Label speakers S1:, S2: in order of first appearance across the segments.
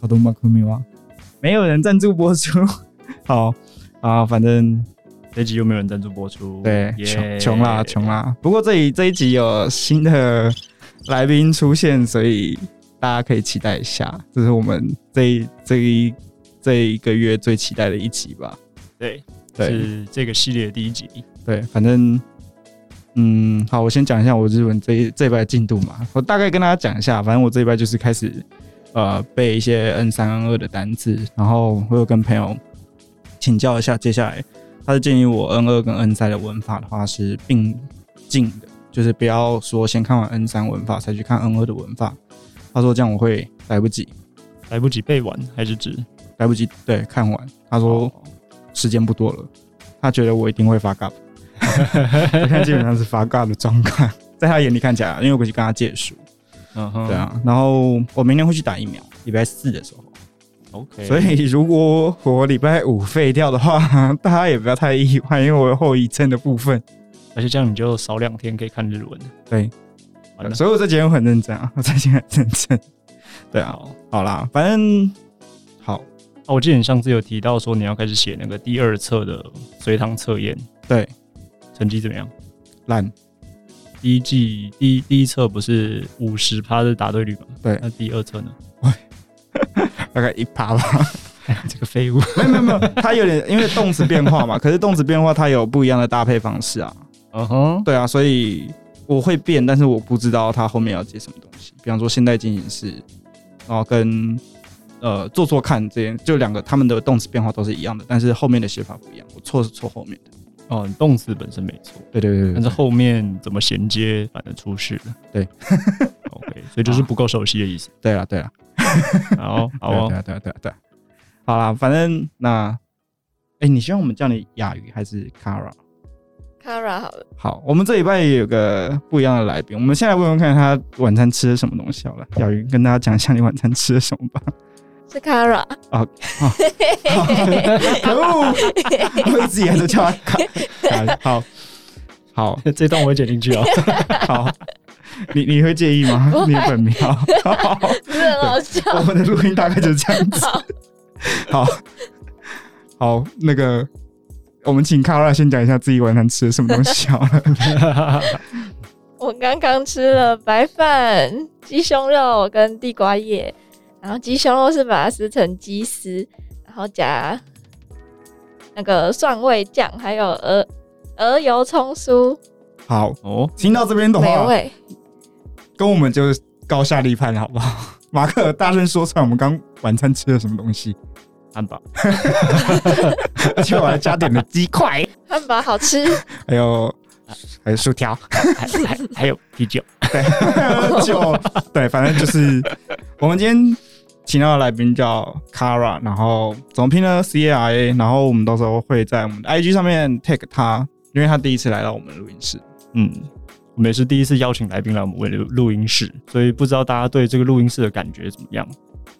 S1: 好多马库米哇，没有人赞助播出。 好啊，反正
S2: 这集又没有人赞助播出，
S1: 对
S2: 耶
S1: 穷穷啦穷。啦。不过这里这一集有新的来宾出现，所以大家可以期待一下。这是我们这一这一这一个月最期待的一集吧。
S2: 对，
S1: 对
S2: 是这个系列的第一集。
S1: 对，反正。嗯，好，我先讲一下我日文这一这一拜进度嘛。我大概跟大家讲一下，反正我这一拜就是开始呃背一些 N 三 N 二的单字，然后我有跟朋友请教一下，接下来他是建议我 N 二跟 N 三的文法的话是并进的，就是不要说先看完 N 三文法才去看 N 二的文法。他说这样我会来不及，
S2: 来不及背完，还是指哦
S1: 来不及对看完。他说时间不多了，他觉得我一定会发 尬。我看基本上是发尬的状态， 在他眼里看起来，因为我过去跟他借书，
S2: 嗯哼，
S1: 对啊。然后我明天会去打疫苗，礼拜四的时候。
S2: ，OK，
S1: 所以如果我礼拜五废掉的话， 大家也不要太意外，因为我有后遗症的部分。
S2: 而且这样你就少两天可以看日文了。
S1: 对，
S2: 完了，
S1: 所以我这节目很认真啊， 我这节目很认真。对啊，
S2: 好。
S1: 好啦，反正好，
S2: 啊，我记得你上次有提到说你要开始写那个第二册的随堂测验，
S1: 对，
S2: 成绩怎么样？
S1: 烂，
S2: 第一季第一第一册不是五十趴的答对率吗？
S1: 对
S2: 那第二 册呢？
S1: 大概一趴吧。
S2: 这个废物，
S1: 没有没有没有，它有点因为动词变化嘛，可是动词变化它有不一样的搭配方式啊。
S2: 嗯哼，
S1: 对啊，所以我会变，但是我不知道它后面要接什么东西。比方说现代进行式，然后跟呃做做看这些，就两个他们的动词变化都是一样的，但是后面的写法不一样。我错是错后面的。
S2: 哦，你动词本身没错，
S1: 对对对
S2: 但是后面怎么衔接反正出事了。
S1: 嗯对
S2: ，OK，所以就是不够熟悉的意思。
S1: 对了对了，
S2: 好，好哦
S1: 对，啊对啊对啊对啊。好啦，反正那，哎，你希望我们叫你雅鱼还是 Kara？
S3: Kara 好了，
S1: 好，我们这礼拜也有个不一样的来宾，我们现在问问看他晚餐吃了什么东西好了。雅鱼跟大家讲一下你晚餐吃了什么吧。
S3: 是 Kara。
S1: 可恶！我一直以来都叫他卡卡。好，好，
S2: 这段我会剪进去啊。
S1: 好，你你会介意吗？你的本名？好好
S3: 不是很好笑。
S1: 我们的录音大概就是这样子。
S3: 好，
S1: 好，好，那个，我们请卡拉先讲一下自己晚餐吃的什么东西好了。
S3: 我刚刚吃了白饭、鸡胸肉跟地瓜叶，然后鸡胸肉是把它撕成鸡丝，然后加那个蒜味酱，还有鹅鹅油葱酥，
S1: 好，
S2: 哦，
S1: 听到这边的
S3: 美
S1: 话，
S3: 味。
S1: 跟我们就高下立判好不好？马克，大声说出来我们刚晚餐吃了什么东西，
S2: 汉 堡，
S1: 而且我还加点了鸡块，
S3: 汉堡好吃，
S1: 还有还有薯条。
S2: 还还还有啤酒。
S1: 就对， 反正就是我们今天请到的来宾叫 Kara，然后怎么拼呢？C A R A，然后我们到时候会在我们的 I G 上面 tag 他，因为他第一次来到我们的录音室。
S2: 嗯，我们也是第一次邀请来宾来我们录录音室，所以不知道大家对这个录音室的感觉怎么样？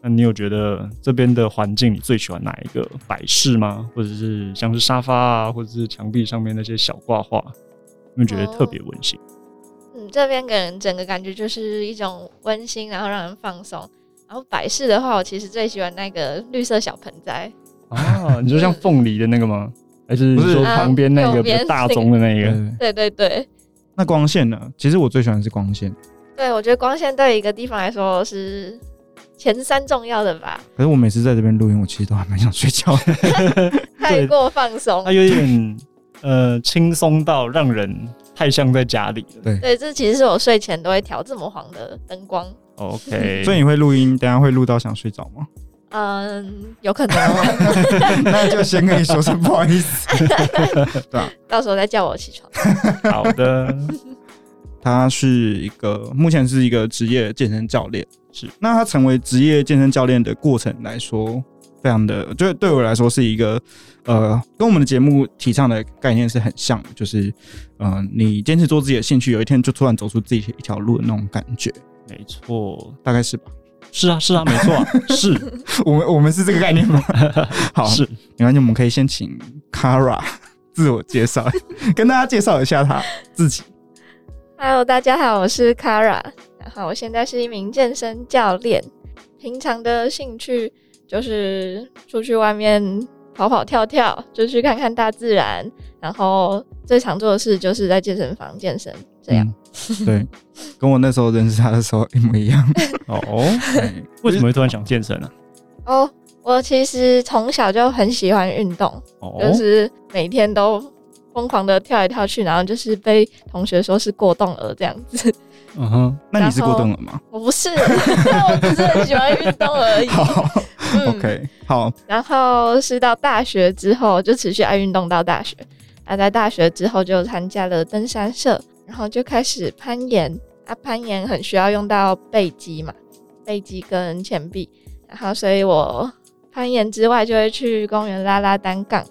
S2: 那你有觉得这边的环境你最喜欢哪一个摆饰吗？或者是像是沙发啊，或者是墙壁上面那些小挂画，你们觉得特别温馨？
S3: 嗯，这边给人整个感觉就是一种温馨，然后让人放松。然后摆饰的话，我其实最喜欢那个绿色小盆栽，
S2: 啊，你说像凤梨的那个吗？还是你
S1: 不是
S2: 说旁边那
S3: 啊
S2: 个
S3: 右
S2: 比
S3: 边
S2: 较大宗的那个？
S3: 对对对，
S1: 那光线呢？其实我最喜欢的是光线，
S3: 对，我觉得光线对一个地方来说是前三重要的吧，
S1: 可是我每次在这边录音，我其实都还蛮想睡觉的。
S3: 太过放松
S2: 它。有点呃轻松到让人太像在家里了。
S3: 对，这其实是我睡前都会调这么黄的灯光。
S2: OK，
S1: 所以你会录音，等一下会录到想睡着吗？
S3: 嗯，有可能哦，
S1: 那就先跟你说声不好意思。
S3: 到时候再叫我起床。
S2: 好的，
S1: 他是一个目前是一个职业健身教练，
S2: 是。
S1: 那他成为职业健身教练的过程来说，非常的，就对我来说是一个，呃，跟我们的节目提倡的概念是很像的，就是，呃，你坚持做自己的兴趣，有一天就突然走出自己一条路的那种感觉，
S2: 没错，
S1: 大概是吧？
S2: 是啊，是啊，没错、啊， 是
S1: 我们我们是这个概念吗？好，
S2: 是。
S1: 没关系，我们可以先请 Kara 自我介绍，跟大家介绍一下他自己。
S3: Hello，大家好，我是 Kara，然后我现在是一名健身教练，平常的兴趣就是出去外面跑跑跳跳，就去看看大自然，然后最常做的事就是在健身房健身，这样。
S1: 嗯对，跟我那时候认识他的时候一模一样。
S2: 哦，为什么会突然想健身呢、啊
S3: 哦，我其实从小就很喜欢运动，
S2: 哦，
S3: 就是每天都疯狂的跳来跳去，然后就是被同学说是过动儿这样子。
S1: 嗯哼，那你是过动了吗？
S3: 我不是， 我只是很喜欢运动而已。
S1: 好
S3: 嗯
S1: ，OK，好，
S3: 然后是到大学之后就持续爱运动到大学，啊，在大学之后就参加了登山社，然后就开始攀岩。啊，攀岩很需要用到背肌嘛，背肌跟前臂，然后所以我攀岩之外就会去公园拉拉单杠，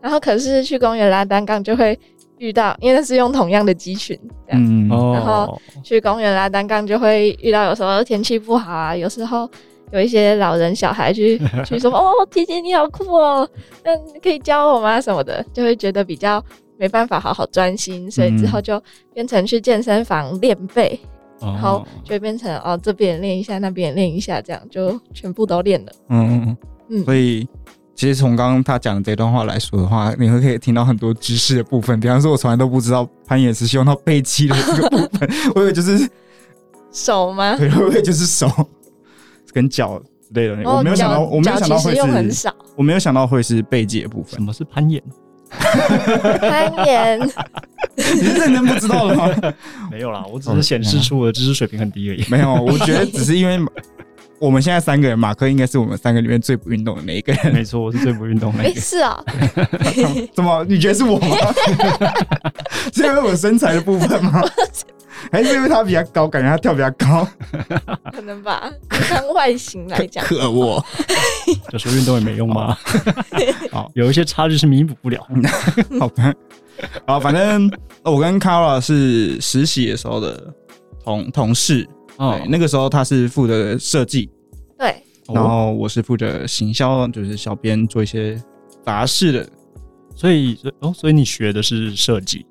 S3: 然后可是去公园拉单杠就会遇到，因为那是用同样的肌群，这样。
S1: 嗯，
S3: 然
S2: 哦
S3: 后，去公园拉单杠就会遇到，有时候天气不好啊，有时候有一些老人小 孩去去说哦，姐姐你好酷哦，那你可以教我吗什么的，就会觉得比较没办法好好专心，所以之
S1: 嗯
S3: 后就变成去健身房练背，然后
S2: 哦，
S3: 就会变成哦这边练一下，那边练一下，这样就全部都练了。
S1: 嗯嗯嗯，
S3: 嗯
S1: 所以其实从刚刚他讲的这段话来说的话，你会可以听到很多知识的部分。比方说，我从来都不知道攀岩是用到背肌的这个部 分，我以为就是
S3: 手吗？
S1: 对，我以为就是手跟脚之类的。
S3: 然后
S1: 我没有想到，
S3: 哦脚
S1: 我没有想
S3: 脚
S1: 到
S3: 其实用
S1: 会
S3: 很
S1: 是，
S3: 少，
S1: 我没有想到会是背肌的部分
S2: 什。么是攀岩？
S3: 攀岩。
S1: 你是认真不知道的吗？
S2: 没有啦，我只是显示出我的知识水平很低而已。
S1: 没有，我觉得只是因为我们现在三个人，马克应该是我们三个里面最不运动的那一个人。
S2: 没错，我是最不运动的
S3: 没
S2: 那个。
S3: 事啊，
S1: 怎么？你觉得是我吗？ 是因为我身材的部分 吗？还是因为他比较高，感觉他跳比较高？
S3: 可 能吧，就看外形来讲，
S1: 可恶！
S2: 就说运动也没用吗？
S3: 哦
S1: 好，
S2: 有一些差距是弥补不 了。嗯
S1: 好吧，好，反正呃我跟 Kara 是实习的时候的同同事，
S2: 哦
S1: 对，那个时候他是负责设计，
S3: 对。
S1: 然后我是负责行销，就是小编做一些杂事的。
S2: 所以所以哦，所以你学的是设计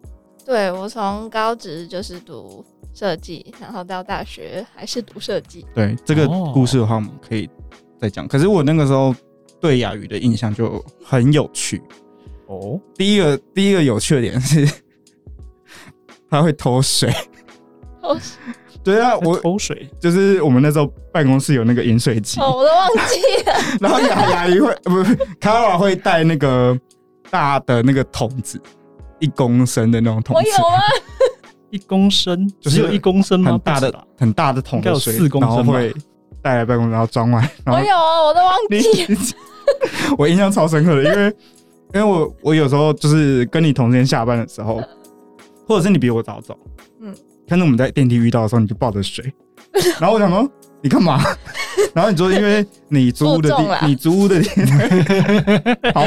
S3: 对我从高职就是读设计，然后到大学还是读设计。
S1: 对这个
S2: 哦
S1: 故事的话，我们可以再讲。可是我那个时候对雅鱼的印象就很有趣，
S2: 哦，
S1: 第一个第一个有趣的点是， 他会偷水。
S3: 哦，
S1: 对啊，
S2: 我
S1: 我
S2: 抽水
S1: 就是我们那时候办公室有那个饮水机，
S3: 哦我都忘记了。
S1: 然后雅 雅一会呃不是卡瓦会带那个大的那个桶子，一公升的那种桶
S3: 我
S1: 子，
S3: 有啊吗？
S2: 一公升，
S1: 就是
S2: 只有一公升吗？
S1: 很大
S2: 不止
S1: 的
S2: 吧
S1: 很大的桶
S2: 应该
S1: 的
S2: 有
S1: 水，
S2: 四公升吧
S1: 然后会带来办公室，然后装完，然
S3: 我
S1: 后
S3: 有啊，我都忘
S1: 你
S3: 记了。
S1: 我印象超深刻的，因 为因为我我有时候就是跟你同时间下班的时候，或者是你比我早走，嗯
S3: 嗯，
S1: 但是我们在电梯遇到的时候，你就抱着水，然后我想说你干嘛？ 然后你说因为你租屋的
S3: 负重啦
S1: 地，你租屋的地，好，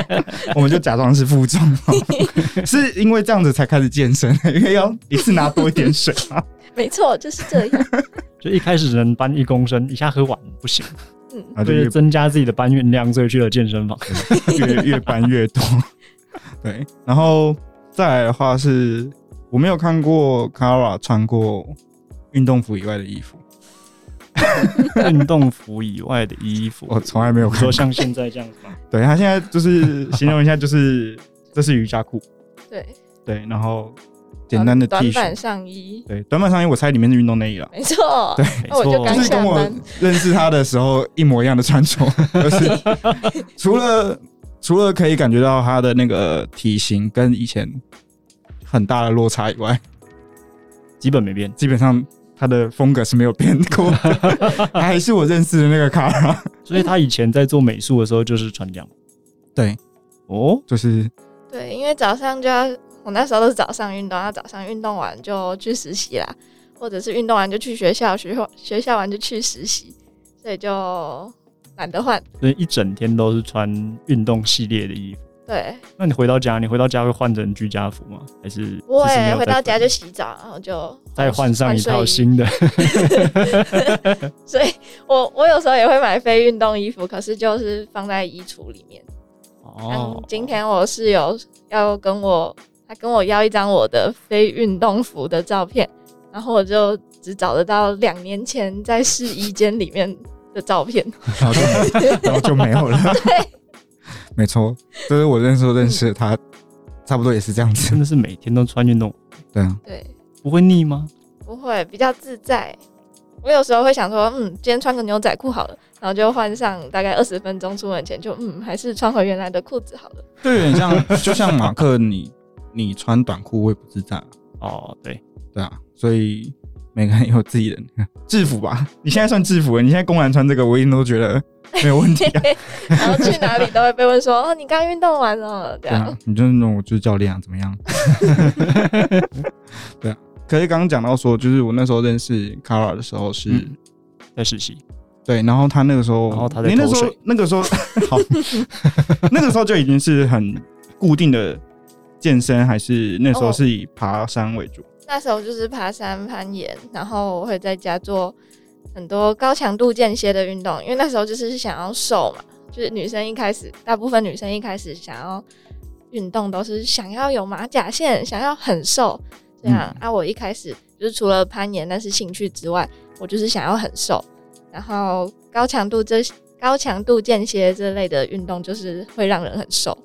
S1: 我们就假装是负重，好 是因为这样子才开始健身，因为要一次拿多一点水 啊。
S3: 没错，就是 这样。
S2: 就一开始只能搬一公升，一下喝完不行，
S3: 嗯，
S1: 然后就
S2: 为
S1: 越
S2: 了增加自己的搬运量，所以去了 健身房。
S1: 越越搬越多。对，然后再来的话是，我没有看过 Kara 穿过运动服以外的衣服，
S2: 运动服以外的衣服，
S1: 我从来没有
S2: 你
S1: 看
S2: 说
S1: 过。
S2: 像现在这样子 吗？
S1: 对他现在就是形容一下， 就是这是瑜伽裤，
S3: 对，
S1: 对，然后简单的
S3: 短
S1: T
S3: 短版
S1: 恤，
S3: 上衣，
S1: 对，短版上衣我猜里面是运动内衣了。
S3: 没错。
S2: 没
S3: 那我就
S2: 错，
S3: 刚
S1: 就是跟我
S3: 下班
S1: 认识他的时候一模一样的穿着， 就是除了除了可以感觉到他的那个体型跟以前很大的落差以外，
S2: 基本没变。
S1: 基本上他的风格是没有变 过的，他还是我认识的那个卡拉，
S2: 所以他以前在做美术的时候就是穿这样。
S1: 对，
S2: 哦，
S1: 就是
S3: 对，因为早上就要，我那时候都是早上运动，然后早上运动完就去实习啦，或者是运动完就去学校，学校学校完就去实习，所以就懒得换。
S2: 所以一整天都是穿运动系列的衣服。
S3: 对，
S2: 那你回到家，你回到家会换成居家服吗？还是
S3: 不
S2: 其实没
S3: 会
S2: 有
S3: 回
S2: 再
S3: 到家
S2: 分
S3: 就洗澡，然后就
S2: 再换上一套
S3: 换睡衣
S2: 新的？
S3: 所以我我有时候也会买非运动衣服，可是就是放在衣橱里面。像
S2: 哦，
S3: 嗯今天我室友要跟我，他跟我要一张我的非运动服的照片，然后我就只找得到两年前在试衣间里面的照片。
S1: 然后就然后就没有了。没错，这是我认识认识他，差不多也是这样子
S2: 哦真。的是每天都穿运动，
S1: 对啊，
S3: 对，
S2: 不会腻吗？
S3: 不会，比较自在。我有时候会想说，嗯，今天穿个牛仔裤好了，然后就换上大概二十分钟出门前就，嗯，还是穿回原来的裤子好了。
S1: 就有点像，就像马克你你穿短裤我也不自在啊，
S2: 哦，对，
S1: 对啊，所以每个人有自己的那个制服吧。你现在算制服了，你现在公然穿这个，我一定都觉得没有问题啊。
S3: 然后去哪里都会被问说，哦，你刚运动完了，这
S1: 对
S3: 样。
S1: 啊，你就是那种我就是教练啊，怎么 样？对啊。可是刚刚讲到说，就是我那时候认识 Kara 的时候是，
S2: 嗯在实习，
S1: 对，然后他那个时候，
S2: 然后他在
S1: 你那
S2: 偷
S1: 时候
S2: 水
S1: 那 个时候好，那个时候就已经是很固定的健身，还是那时候
S3: 哦
S1: 是以爬山为主。
S3: 那时候就是爬山、攀岩，然后我会在家做很多高强度间歇的运动，因为那时候就是想要瘦嘛，就是女生一开始，大部分女生一开始想要运动都是想要有马甲线，想要很瘦这样、
S1: 嗯
S3: 啊。我一开始就是除了攀岩那是兴趣之外，我就是想要很瘦，然后高强度这高强度间歇这类的运动就是会让人很瘦。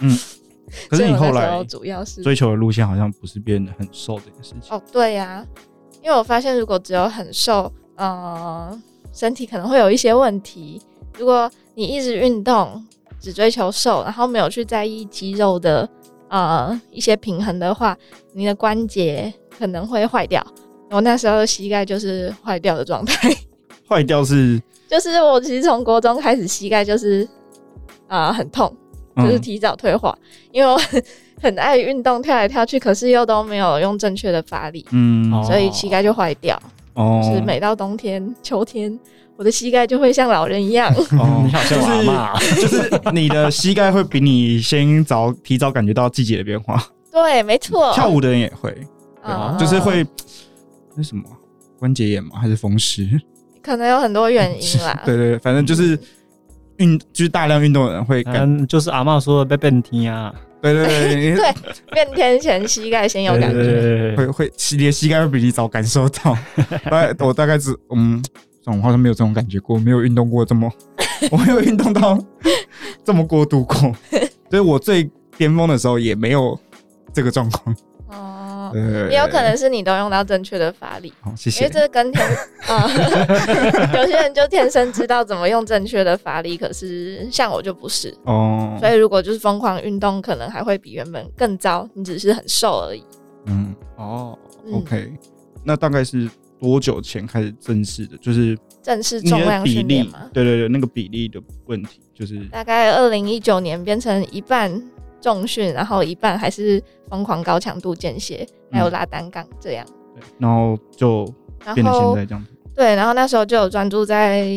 S1: 嗯可是
S3: 所以
S1: 你
S3: 我那
S1: 后
S3: 时候
S1: 来
S3: 主要是
S1: 追求的路线好像不是变得很瘦这件事情。
S3: 哦，对呀、因为我发现如果只有很瘦，呃，身体可能会有一些问题。如果你一直运动，只追求瘦，然后没有去在意肌肉的呃一些平衡的话，你的关节可能会坏掉。我那时候的膝盖就是坏掉的状态，
S1: 坏掉是，
S3: 就是我其实从国中开始膝盖就是啊、呃很痛，
S1: 嗯
S3: 就是提早退化，因为我 很爱运动，跳来跳去，可是又都没有用正确的发力，
S1: 嗯哦
S2: 哦
S3: 所以膝盖就坏掉。就是每到冬天、秋天，我的膝盖就会像老人一样。
S1: 哦
S2: 你好像我阿啊妈，
S1: 就是你的膝盖会比你先早提早感觉到季节的变化。
S3: 对，没错。
S1: 跳舞的人也会，
S3: 嗯
S1: 就是会那什么啊关节炎吗？还是风湿？
S3: 可能有很多原因 啦。
S1: 对对，对反正就是运，就是大量运动的人会感，
S2: 嗯，就是阿妈说的被变天啊，
S1: 对对对，
S3: 对变天前膝盖先有感
S2: 对
S3: 觉。
S2: 对对
S1: 你会会你的膝盖会比你早感受到。大概我大概只嗯，算我好像没有这种感觉过，没有运动过这 么，我没有运动到这么过度 过，所以我最巅峰的时候也没有这个状况。
S3: 哦，
S1: 呃，
S3: 也有可能是你都用到正确的发力，
S1: 好，谢
S3: 因
S1: 谢。
S3: 为这 跟天啊，有些人就天生知道怎么用正确的发力，可是像我就不是。
S1: 哦，
S3: 所以如果就是疯狂运动，可能还会比原本更糟。你只是很瘦而已。
S1: 嗯
S2: 哦，
S3: 嗯
S1: ，OK，那大概是多久前开始正式的？就是
S3: 正式
S1: 你
S3: 重
S1: 的
S3: 量
S1: 比
S3: 训练嗯
S1: 例
S3: 嘛，，
S1: 对对对，那个比例的问题，就是
S3: 大概二零一九年变成一半重训，然后一半还是疯狂高强度间歇，
S1: 嗯
S3: 还有拉单杠这样。
S1: 对然后就变
S3: 然
S1: 得现
S3: 后
S1: 在这样子。
S3: 对，然后那时候就有专注在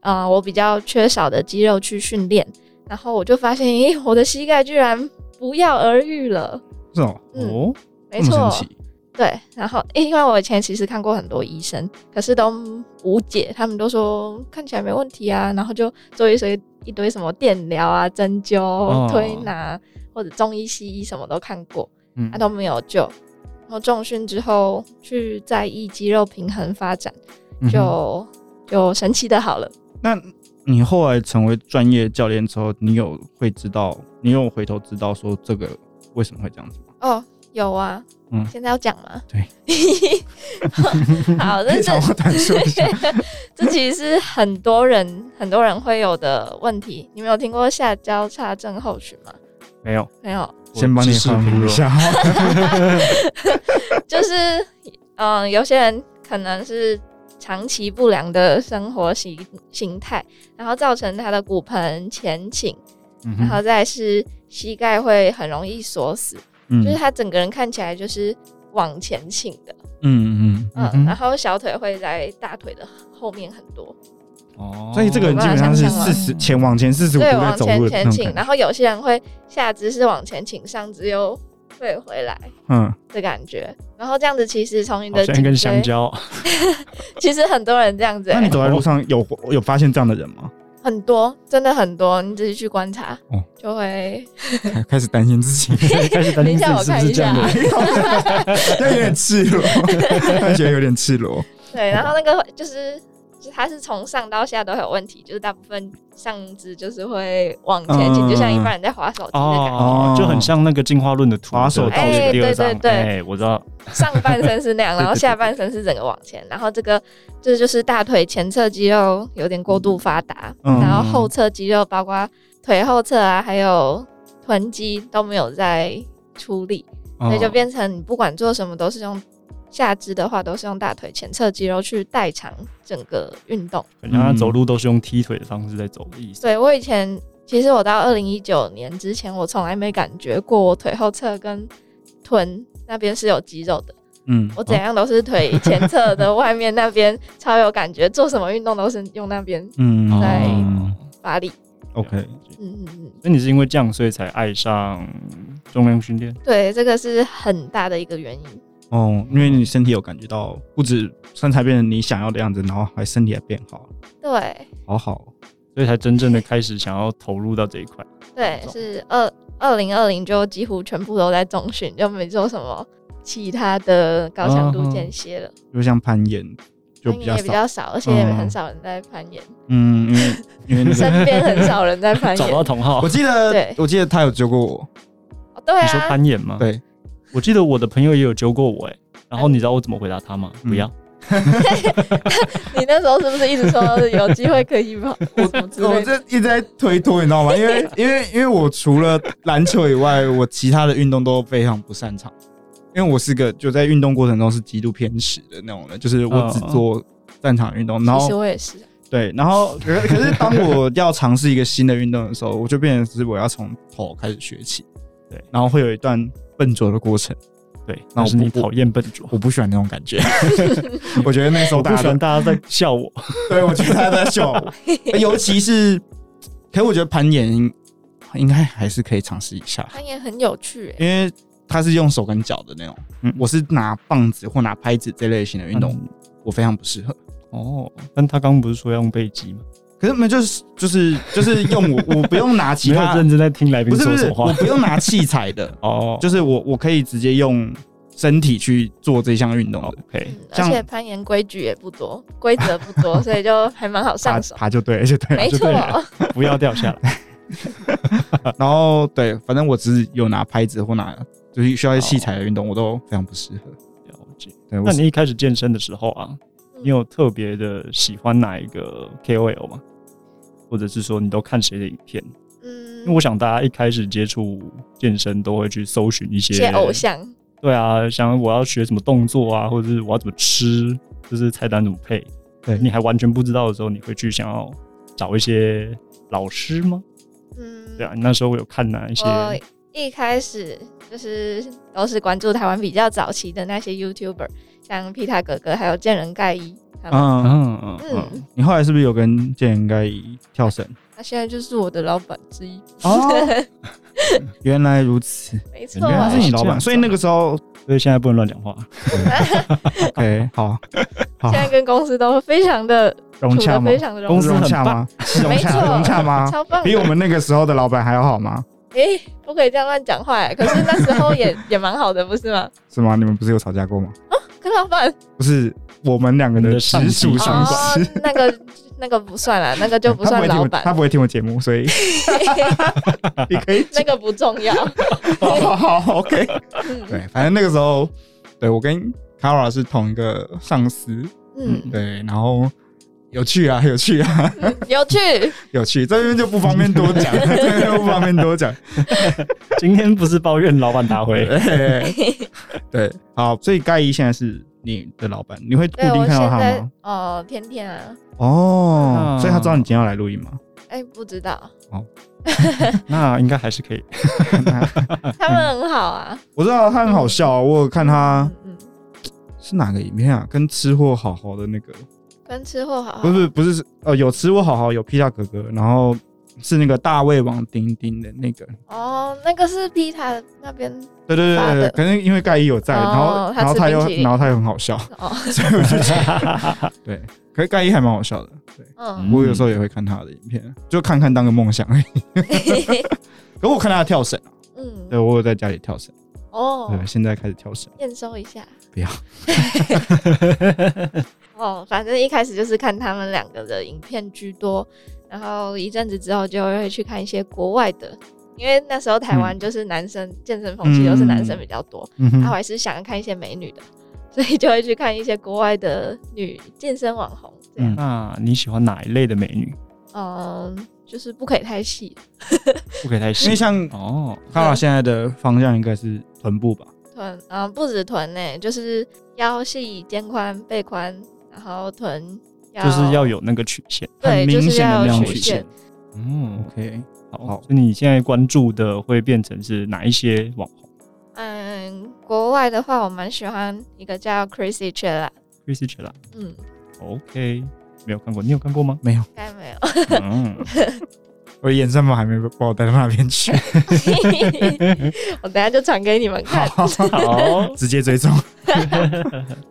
S3: 呃我比较缺少的肌肉去训练，然后我就发现，咦，我的膝盖居然不药而愈了。
S1: 是哦，
S3: 嗯
S2: 哦，
S3: 没
S1: 这
S3: 错
S1: 么，神奇，
S3: 对。然后、诶因为我以前其实看过很多医生，可是都无解，他们都说看起来没问题啊，然后就做一堆一堆什么电疗啊、针灸、
S1: 哦
S3: 推拿或者中医、西医什么都看过，
S1: 嗯
S3: 啊，都没有救。然后重训之后去在意肌肉平衡发展，
S1: 嗯哼
S3: 就、就神奇的好了。
S1: 那你后来成为专业教练之后，你有会知道，你有回头知道说这个为什么会这样子吗？
S3: 哦，有啊，
S1: 嗯
S3: 现在要讲吗？
S1: 对，
S3: 好，这
S1: 稍
S3: 是
S1: 后谈说一下。
S3: 这其实是很多人很多人会有的问题。你们有听过下交叉症候群吗？
S2: 没有，
S3: 没有，
S1: 先帮你欢呼一下，
S3: 就是 嗯，有些人可能是长期不良的生活形形态，然后造成他的骨盆前倾，
S1: 嗯
S3: 然
S1: 哼
S3: 后再是膝盖会很容易锁死，
S1: 嗯
S3: 就是他整个人看起来就是往前倾的，
S1: 嗯嗯
S3: 嗯，
S2: 嗯哼
S3: 然后小腿会在大腿的后面很多，
S2: 哦
S1: 嗯，所以这个人基本上是
S3: 我把它
S1: 四
S3: 想
S1: 十前往前四十五度
S3: 哦对，
S1: 在
S3: 往
S1: 走路
S3: 前
S1: 的那
S3: 前
S1: 种
S3: 倾，
S1: 感觉
S3: 然后有些人会下肢是往前倾，上肢又退回来
S1: 嗯，
S3: 的感觉，然后这样子其实从你
S2: 好
S3: 的
S2: 像一根
S3: 颈
S2: 香
S3: 椎，
S2: 蕉，
S3: 其实很多人这样子、
S1: 那
S3: 欸
S1: 你走在路上有有发现这样的人吗？
S3: 很多，真的很多，你仔细去观察，
S1: 哦
S3: 就会
S1: 开开始担心自己，
S2: 开始担心自己是不是这样的人，
S1: 那有点赤裸，他觉得有点赤裸。
S3: 对，然后那个就是就它是从上到下都会有问题，就是大部分上肢就是会往前倾，
S1: 嗯
S3: 就像一般人在滑手机的感 觉。
S2: 哦，就很像那个进化论的图，
S1: 滑手
S2: 倒
S1: 道
S2: 数
S1: 哎
S2: 第二章
S3: 对对，对
S2: 哎，我知道，
S3: 上半身是那样，然后下半身是整个往前，然后这个这就是大腿前侧肌肉有点过度发达，
S1: 嗯
S3: 然后后侧肌肉包括腿后侧啊，还有臀肌都没有在出力，
S1: 哦
S3: 所以就变成你不管做什么都是用下肢的话，都是用大腿前侧肌肉去代偿整个运动。
S2: 很
S1: 嗯
S2: 像他走路都是用踢腿的方式在走的意思。
S3: 对我以前，其实我到二零一九年之前，我从来没感觉过我腿后侧跟臀那边是有肌肉的。
S1: 嗯
S3: 我怎样都是 腿前侧的外面那边超有感觉，做什么运动都是用那边
S1: 嗯
S3: 在
S1: 哦
S3: 发力。
S1: ，OK，
S3: 嗯嗯嗯，
S2: 那你是因为这样，所以才爱上重量训练？
S3: 对，这个是很大的一个原因。
S1: 哦，因为你身体有感觉到，不止身材变成你想要的样子，然后还身体还变好，
S3: 对
S1: 好好哦，
S2: 所以才真正的开始想要投入到这一块。
S3: 对，
S2: 重
S3: 是二二零二零就几乎全部都在重训，就没做什么其他的高强度间歇了，
S1: 就像攀岩嗯就
S3: 攀
S1: 比较
S3: 岩也比
S1: 少，
S3: 较少，而且也
S1: 嗯
S3: 很少人在攀岩，
S1: 嗯，因 为因为那个，
S3: 身边很少人 在攀
S2: 找
S3: 岩。
S2: 到同好
S1: 我，记得
S3: 对
S1: 我记得他有揪过我，
S3: 哦对
S2: 你说
S3: 啊，
S2: 攀岩吗？
S1: 对，
S2: 我记得我的朋友也有揪过我、欸，然后你知道我怎么回答他吗？
S1: 嗯
S2: 不要，
S3: 你那时候是不是一直说有机会可以跑？什么之
S1: 我
S3: 类的？
S1: 这一直在推脱，你知道吗？因 为因为因为我除了篮球以外，我其他的运动都非常不擅长，因为我是个就在运动过程中是极度偏食的那种人，就是我只做擅长运动，然
S3: 其实
S1: 后
S3: 我也是，
S1: 对，然 后可可是当我要尝试一个新的运动的时候，我就变成是我要从头开始学起，
S2: 对，
S1: 然后会有一段笨拙的过程，
S2: 对，
S1: 那
S2: 那
S1: 我
S2: 是
S1: 不
S2: 你讨厌笨拙，
S1: 我不喜欢那种感 觉，我觉得那时候
S2: 我
S1: 大
S2: 不喜
S1: 家都
S2: 欢大家在笑我。
S1: 对我觉得他在笑我，尤其是，可是我觉得攀岩应应该还是可以尝试一下。
S3: 攀岩很有趣、欸。
S1: 因为他是用手跟脚的那种，
S2: 嗯
S1: 我是拿棒子或拿拍子这类型的运动，我非常不适合。
S2: 哦，但他刚刚不是说要用背肌吗？
S1: 可是没有就是就是就是用我我不用拿其
S2: 没有
S1: 他，
S2: 认真在听来宾
S1: 不是
S2: 说
S1: 不
S2: 什
S1: 是
S2: 么，
S1: 我
S2: 话。
S1: 不用拿器材的，
S2: 哦，
S1: 就是我我可以直接用身体去做这项运动
S2: 哦
S1: 的，
S2: OK，
S3: 嗯而
S1: 像
S3: 且攀岩规矩也不多，规则不 多，所以就还蛮好
S1: 爬
S3: 上手。
S1: 爬就对 了就对了。
S3: 没
S2: 就
S3: 错
S2: 对，了不要掉下来。
S1: 然后对，反正我只是有拿拍子或拿就是需要器材的运动，我都非常不适合。
S2: 了解。
S1: 对，我
S2: 那
S1: 是
S2: 你一开始健身的时候啊，
S3: 嗯
S2: 你有特别的喜欢哪一个 KOL 吗？或者是说你都看谁的影片？因为
S3: 嗯，
S2: 我想大家一开始接触健身都会去搜寻一
S3: 一
S2: 些
S3: 些偶像，
S2: 对啊，想我要学什么动作啊，或者是我要怎么吃，就是菜单怎么配。
S1: 对
S2: 你还完全不知道的时候，你会去想要找一些老师吗？
S3: 嗯，
S2: 对啊，你那时候有看哪一些？
S3: 我一开始就是都是关注台湾比较早期的那些 YouTuber，像皮塔哥哥还有见人盖伊他们。
S1: 嗯，
S2: 嗯嗯嗯
S3: 嗯，
S1: 你后来是不是有跟建应该跳 绳？
S3: 他现在就是我的老板之一，
S1: 哦， 原来如此，
S3: 没错
S1: 原。来是你老板，
S2: 是这样子啊
S1: 所以那个时 候
S2: 所以现在不能乱讲话。
S1: ，OK，好，好
S3: 现，在跟公司都非常的
S1: 融
S3: 处
S1: 洽
S3: 的
S1: 吗
S3: 非？常的融
S2: 公司
S3: 洽，
S1: 融洽吗？是融
S3: 没
S1: 洽，
S3: 错
S1: 融洽吗？
S3: 超棒的。
S1: 比我们那个时候的老板还要好吗？
S3: 诶、不可以这样乱讲话、欸。可是那时候 也也蛮好的，不是吗？
S1: 是吗？你们不是有吵架过吗？
S3: 跟老板
S1: 不是，我们两个
S2: 你
S1: 的
S2: 的上
S1: 直
S2: 级啊
S1: 属上
S2: 上管
S1: 司，
S3: 哦，那个那个不算啦，那个就不
S1: 他不
S3: 算
S1: 会听
S3: 老
S1: 我，
S3: 板
S1: 他，不会听我节目，所以你可以
S3: 那个不重要。
S1: 好好好 OK。
S3: 嗯
S1: 对，反正那个时候，对我跟 Kara 是同一个上司，
S3: 嗯，
S1: 对，然后有趣啊，有趣啊。
S3: 有趣，
S1: 有趣，这边就不方便多讲， 这边就不方便多 讲。
S2: 今天不是抱怨老板大 会，
S1: 对，对，好，所以盖伊现在是你的老板，你会固
S3: 对
S1: 定
S3: 我
S1: 看
S3: 现
S1: 到他
S3: 在
S1: 吗？
S3: 哦，天天啊，
S1: 哦
S2: 啊，
S1: 所以他知道你今天要来录音吗？
S3: 哎、不知道，
S2: 那应该还是可以。
S3: 他们
S1: 嗯
S3: 很好啊。
S1: 我知道他很好笑，我有看他
S3: 嗯，嗯
S1: 是哪个影片啊？跟吃货好好的那个，
S3: 跟吃货好好，
S1: 不是不是，呃，有吃货好好，有披萨哥哥，然后是那个大胃王丁丁的那个。
S3: 哦，那个是皮塔那边
S1: 对对
S3: 发
S1: 对对，
S3: 的
S1: 可能因为盖伊有在，
S3: 哦
S1: 然后
S3: 他
S1: 然后
S3: 吃
S1: 他
S3: 冰
S1: 又
S3: 淇淋
S1: 然后他又很好 笑，
S3: 哦，
S1: 所以我就觉得对，可是盖伊还蛮好笑的，对。
S3: 嗯，
S1: 我有时候也会看他的影片，就看看当个梦想而已。可我看他跳绳，对
S3: 嗯，
S1: 我有在家里跳绳，
S3: 哦，
S1: 对，现在开始跳绳。
S3: 验收一下，
S1: 不要。
S3: 哦，反正一开始就是看他们两个的影片居多，然后一阵子之后就会去看一些国外的，因为那时候台湾就是男生、健身风气都是男生比较多，啊
S2: 嗯
S3: 那、我
S2: 哼，
S3: 还是想要看一些美女的， 所以就会去看一些国外的女健身网红这样。
S2: 那你喜欢哪一类的美女？
S3: 嗯就是不可以太细，
S2: 不可以
S1: 因
S2: 太
S1: 为
S2: 细
S1: 像
S2: 哦，
S1: 康老现在的方向应该是臀部吧？
S3: 臀嗯不止臀呢、就是腰细、肩宽、背宽，然后臀要
S2: 就是要有那个曲线。
S3: 对，
S1: 很
S3: 就
S1: 明
S3: 是
S1: 显的
S3: 要
S1: 那
S3: 有
S1: 种
S3: 曲
S1: 曲
S3: 线
S1: 线。。
S2: 嗯，
S1: OK，
S2: 好，
S1: 好？
S2: 所以你现在关注的会变成是哪一些网红
S3: 嗯，国外的话，我蛮喜欢一个叫 Crazy c h e l a
S2: ？Chris c h e l a
S3: 嗯，
S2: OK，没有看过，你有看 过吗
S1: 没有，
S3: 应 该没有。
S2: 嗯，
S1: 我的演算法还没把我带到那边 去，
S3: 我等一下就传给你们看。
S1: 好，
S2: 好，
S1: 直接追 踪。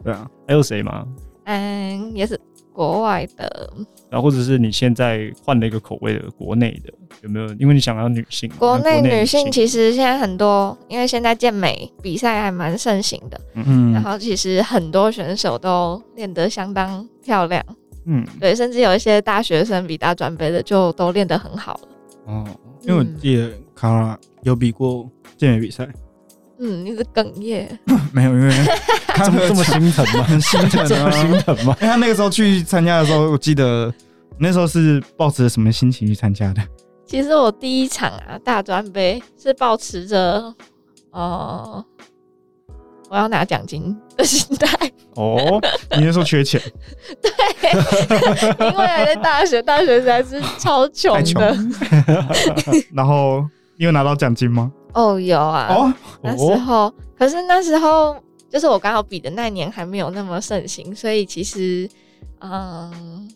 S1: 对啊，
S2: 还有谁吗？
S3: 嗯，也是国外的，
S1: 嗯
S2: 然后或者是你现在换了一个口味的国内的，有没有？因为你想要女性嘛，
S3: 国内
S2: 那
S3: 女性
S2: 性
S3: 其实现在很多，因为现在健美比赛还蛮盛行的，然
S1: 嗯，
S3: 后其实很多选手都练得相当漂亮，
S2: 嗯
S3: 对，甚至有一些大学生比大专杯的就都练得很好了。
S1: 哦，因为我记得卡拉有比过健美比赛，
S3: 嗯，一直哽咽。
S1: 没有，因 为他
S2: 这么
S1: 喝
S2: 这么
S1: 酒
S2: 心疼吗？
S1: 很心 疼
S2: 这么
S1: 啊，
S2: 心疼吗？
S1: 因为他那个时候去参加的时候，我记得那时候是抱着什么心情去参 加的？
S3: 其实我第一场啊大专杯是抱持着，呃，我要拿奖金的心态，
S2: 哦，
S1: 你那时候缺钱，
S3: 因为还在大学，大学实在是超穷
S1: 太穷
S3: 的。
S1: 然后你有拿到奖金吗？
S3: 哦，有啊，
S1: 哦，
S3: 那时
S2: 哦，
S3: 候，可是那时候就是我刚好比的那一年还没有那么盛行，所以其实，嗯，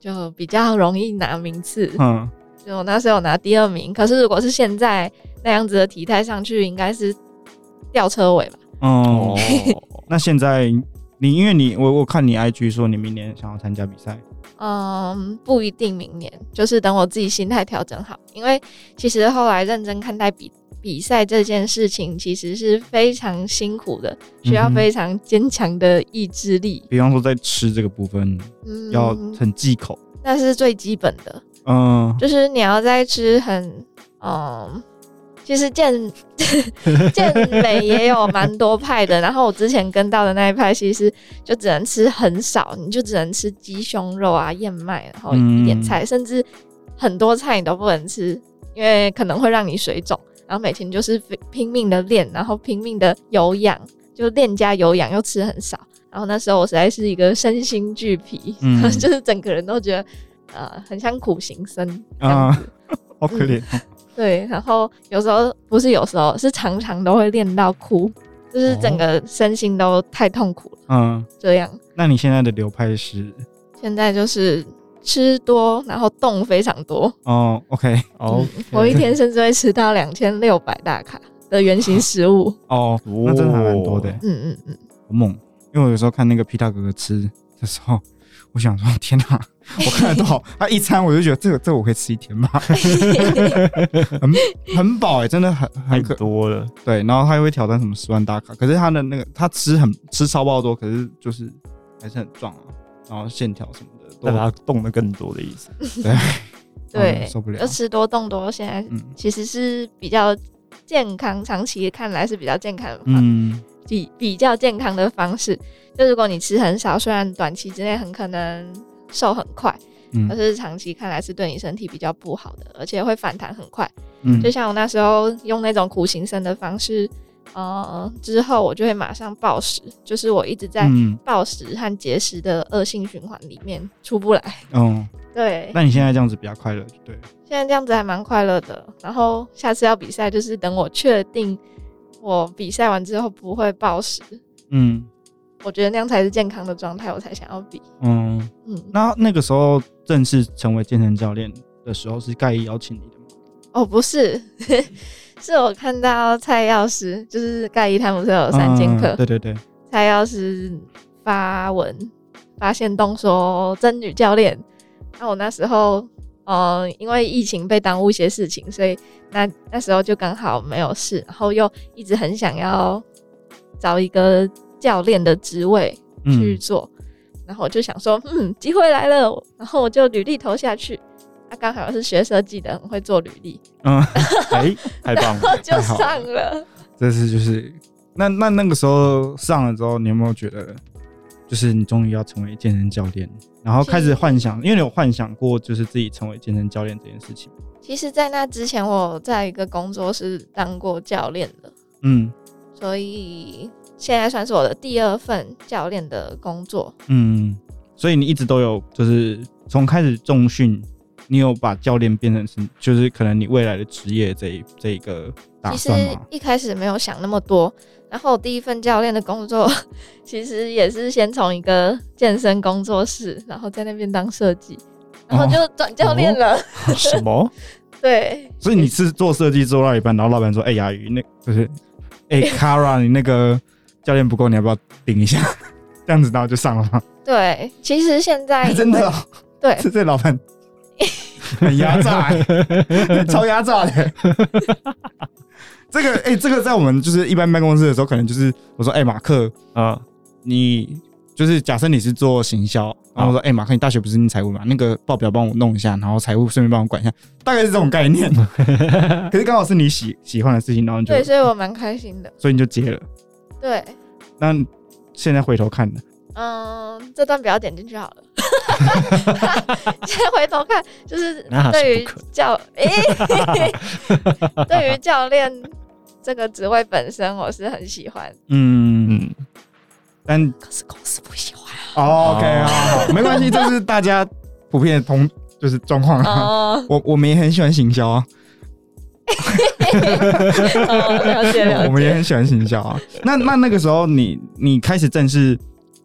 S3: 就比较容易拿名次。
S1: 嗯，
S3: 就我那时候有拿第二名，可是如果是现在那样子的体态上去，应该是吊车尾吧？
S1: 哦
S2: 哦，，
S1: 那现在你因为你我我看你 IG 说你明年想要参加比赛，
S3: 嗯，不一定明年，就是等我自己心态调整好。因为其实后来认真看待比比赛这件事情，其实是非常辛苦的，需要
S1: 嗯哼
S3: 非常坚强的意志力。
S1: 比方说在吃这个部分
S3: 嗯，
S1: 要很忌口，
S3: 那是最基本的，
S1: 嗯，
S3: 就是你要在吃很嗯。其实健 健美也有蛮多派的，然后我之前跟到的那一派，其实就只能吃很少，你就只能吃鸡胸肉啊、燕麦，然后一点菜，甚至很多菜你都不能吃，因为可能会让你水肿。然后每天就是拼拼命的练，然后拼命的有氧，就练加有氧，又吃很少。然后那时候我实在是一个身心俱疲，
S1: 嗯
S3: 就是整个人都觉得呃很像苦行僧这样
S1: 啊
S3: 子。
S1: 好可怜，哦
S3: 对，然后有时候不是有时候是常常都会练到哭，就是
S1: 哦
S3: 整个身心都太痛苦了。
S1: 嗯，
S3: 这样
S1: 那你现在的流派是
S3: 现在就是吃多，然后动非常多。
S1: 哦，OK，
S2: 哦，
S3: 我一天甚至会吃到两千六百大卡的原型食物。
S1: 哦，那真的还蛮多的，
S2: 哦
S1: 好
S3: 嗯嗯嗯，
S1: 猛，因为我有时候看那个皮大哥哥吃的时候，我想说天哪，我看得到他一餐，我就觉得这个这个我可以吃一天 吧，很很饱哎、真的很
S2: 太
S1: 很可
S2: 多了，
S1: 对，然后他又会挑战什么十万大卡，可是他的那个他吃很吃超爆多，可是就是还是很壮啊，然后线条什么的都
S2: 但它动的更多的意思。
S3: 对，
S1: 嗯受不了
S3: 就，吃多动多，现在
S1: 嗯
S3: 其实是比较健康，长期看来是比较健康的方，
S1: 嗯
S3: 比比较健康的方式。就如果你吃很少，虽然短期之内很可能瘦很快，可
S1: 嗯
S3: 是长期看来是对你身体比较不好的，而且会反弹很快。
S1: 嗯
S3: 就像我那时候用那种苦行僧的方式，呃，之后我就会马上暴食，就是我一直在
S1: 嗯
S3: 暴食和节食的恶性循环里面出不来。
S1: 嗯，
S3: 对，
S1: 那你现在这样子比较快乐，对了，
S3: 现在这样子还蛮快乐的。然后下次要比赛，就是等我确定我比赛完之后不会暴食，
S1: 嗯
S3: 我觉得那样才是健康的状态，我才想要比。
S1: 嗯。
S3: 嗯，
S1: 那那个时候正式成为健身教练的时候，是盖伊邀请你的吗？
S3: 哦，不是， 是我看到蔡药师，就是盖伊他们不是有三
S1: 剑
S3: 剑
S2: 嗯
S3: 客，
S1: 对对对，
S3: 蔡药师发文发现动说真女教练，那我那时候。嗯，因为疫情被耽误一些事情，所以那那时候呃就刚好没有事，然后又一直很想要找一个教练的职位去
S1: 嗯
S3: 做，然后我就想说，嗯，机会来了，然后我就履历投下去。他、刚好是学设计的，很会做履历，
S1: 嗯，
S2: 哎，太 棒了！
S3: 就
S1: 太好了
S3: 上了。
S1: 这次就是那那那个时候上了之后，你有没有觉得，就是你终于要成为健身教练，然后开始幻想，因为你有幻想过就是自己成为健身教练这件事情吗。
S3: 其实，在那之前，我在一个工作室当过教练的，
S1: 嗯
S3: 所以现在算是我的第二份教练的工作。
S1: 嗯，所以你一直都有就是从开始重训，你有把教练变成是就是可能你未来的职业这一这一个打
S3: 其实
S1: 算吗？
S3: 一开始没有想那么多，然后我第一份教练的工作， 其实也是先从一个健身工作室，然后在那边当设计，然后
S1: 哦
S3: 就转教练了。
S2: 什么？
S3: 对，
S1: 所以你是做设计做到一半，然后老板说：“哎、雅宇，那就是哎、Kara，你那个教练不够，你要不要顶一下？” 这样子，然后就上了吗？
S3: 对，其实现在
S1: 真的、哦，
S3: 哎 对
S1: 这这老板很压榨、欸，超压榨的、这个哎、这个在我们就是一般办公室的时候，可能就是我说：“哎、马克，
S2: 啊，
S1: 你就是假设你是做行销，然后我说：‘哎、马克，你大学不是念财务嘛？那个报表帮我弄一下，然后财务顺便帮我管一下，大概是这种概 念。’可是刚好是你喜喜欢的事情，然后你就
S3: 对，所以我蛮开心的。
S1: 所以你就接了。
S3: 对，
S1: 那现在回头看呢？
S3: 嗯，这段不要点进去好了。 现在回头看，就是
S2: 那是
S3: 对于
S2: 不可
S3: 教，诶、对于教练这个职位本身，我是很喜欢，
S1: 嗯，
S2: 嗯，
S1: 但
S3: 可是公司不喜欢。
S1: 哦 OK 啊，好没关系，这是大家普遍的同就是状况啊。
S3: 哦，
S1: 我我们也很喜欢行销啊，
S3: 哦了解了
S1: 我们也
S3: 解。
S1: 很喜欢行销啊。那那那个时候你，你开始正式，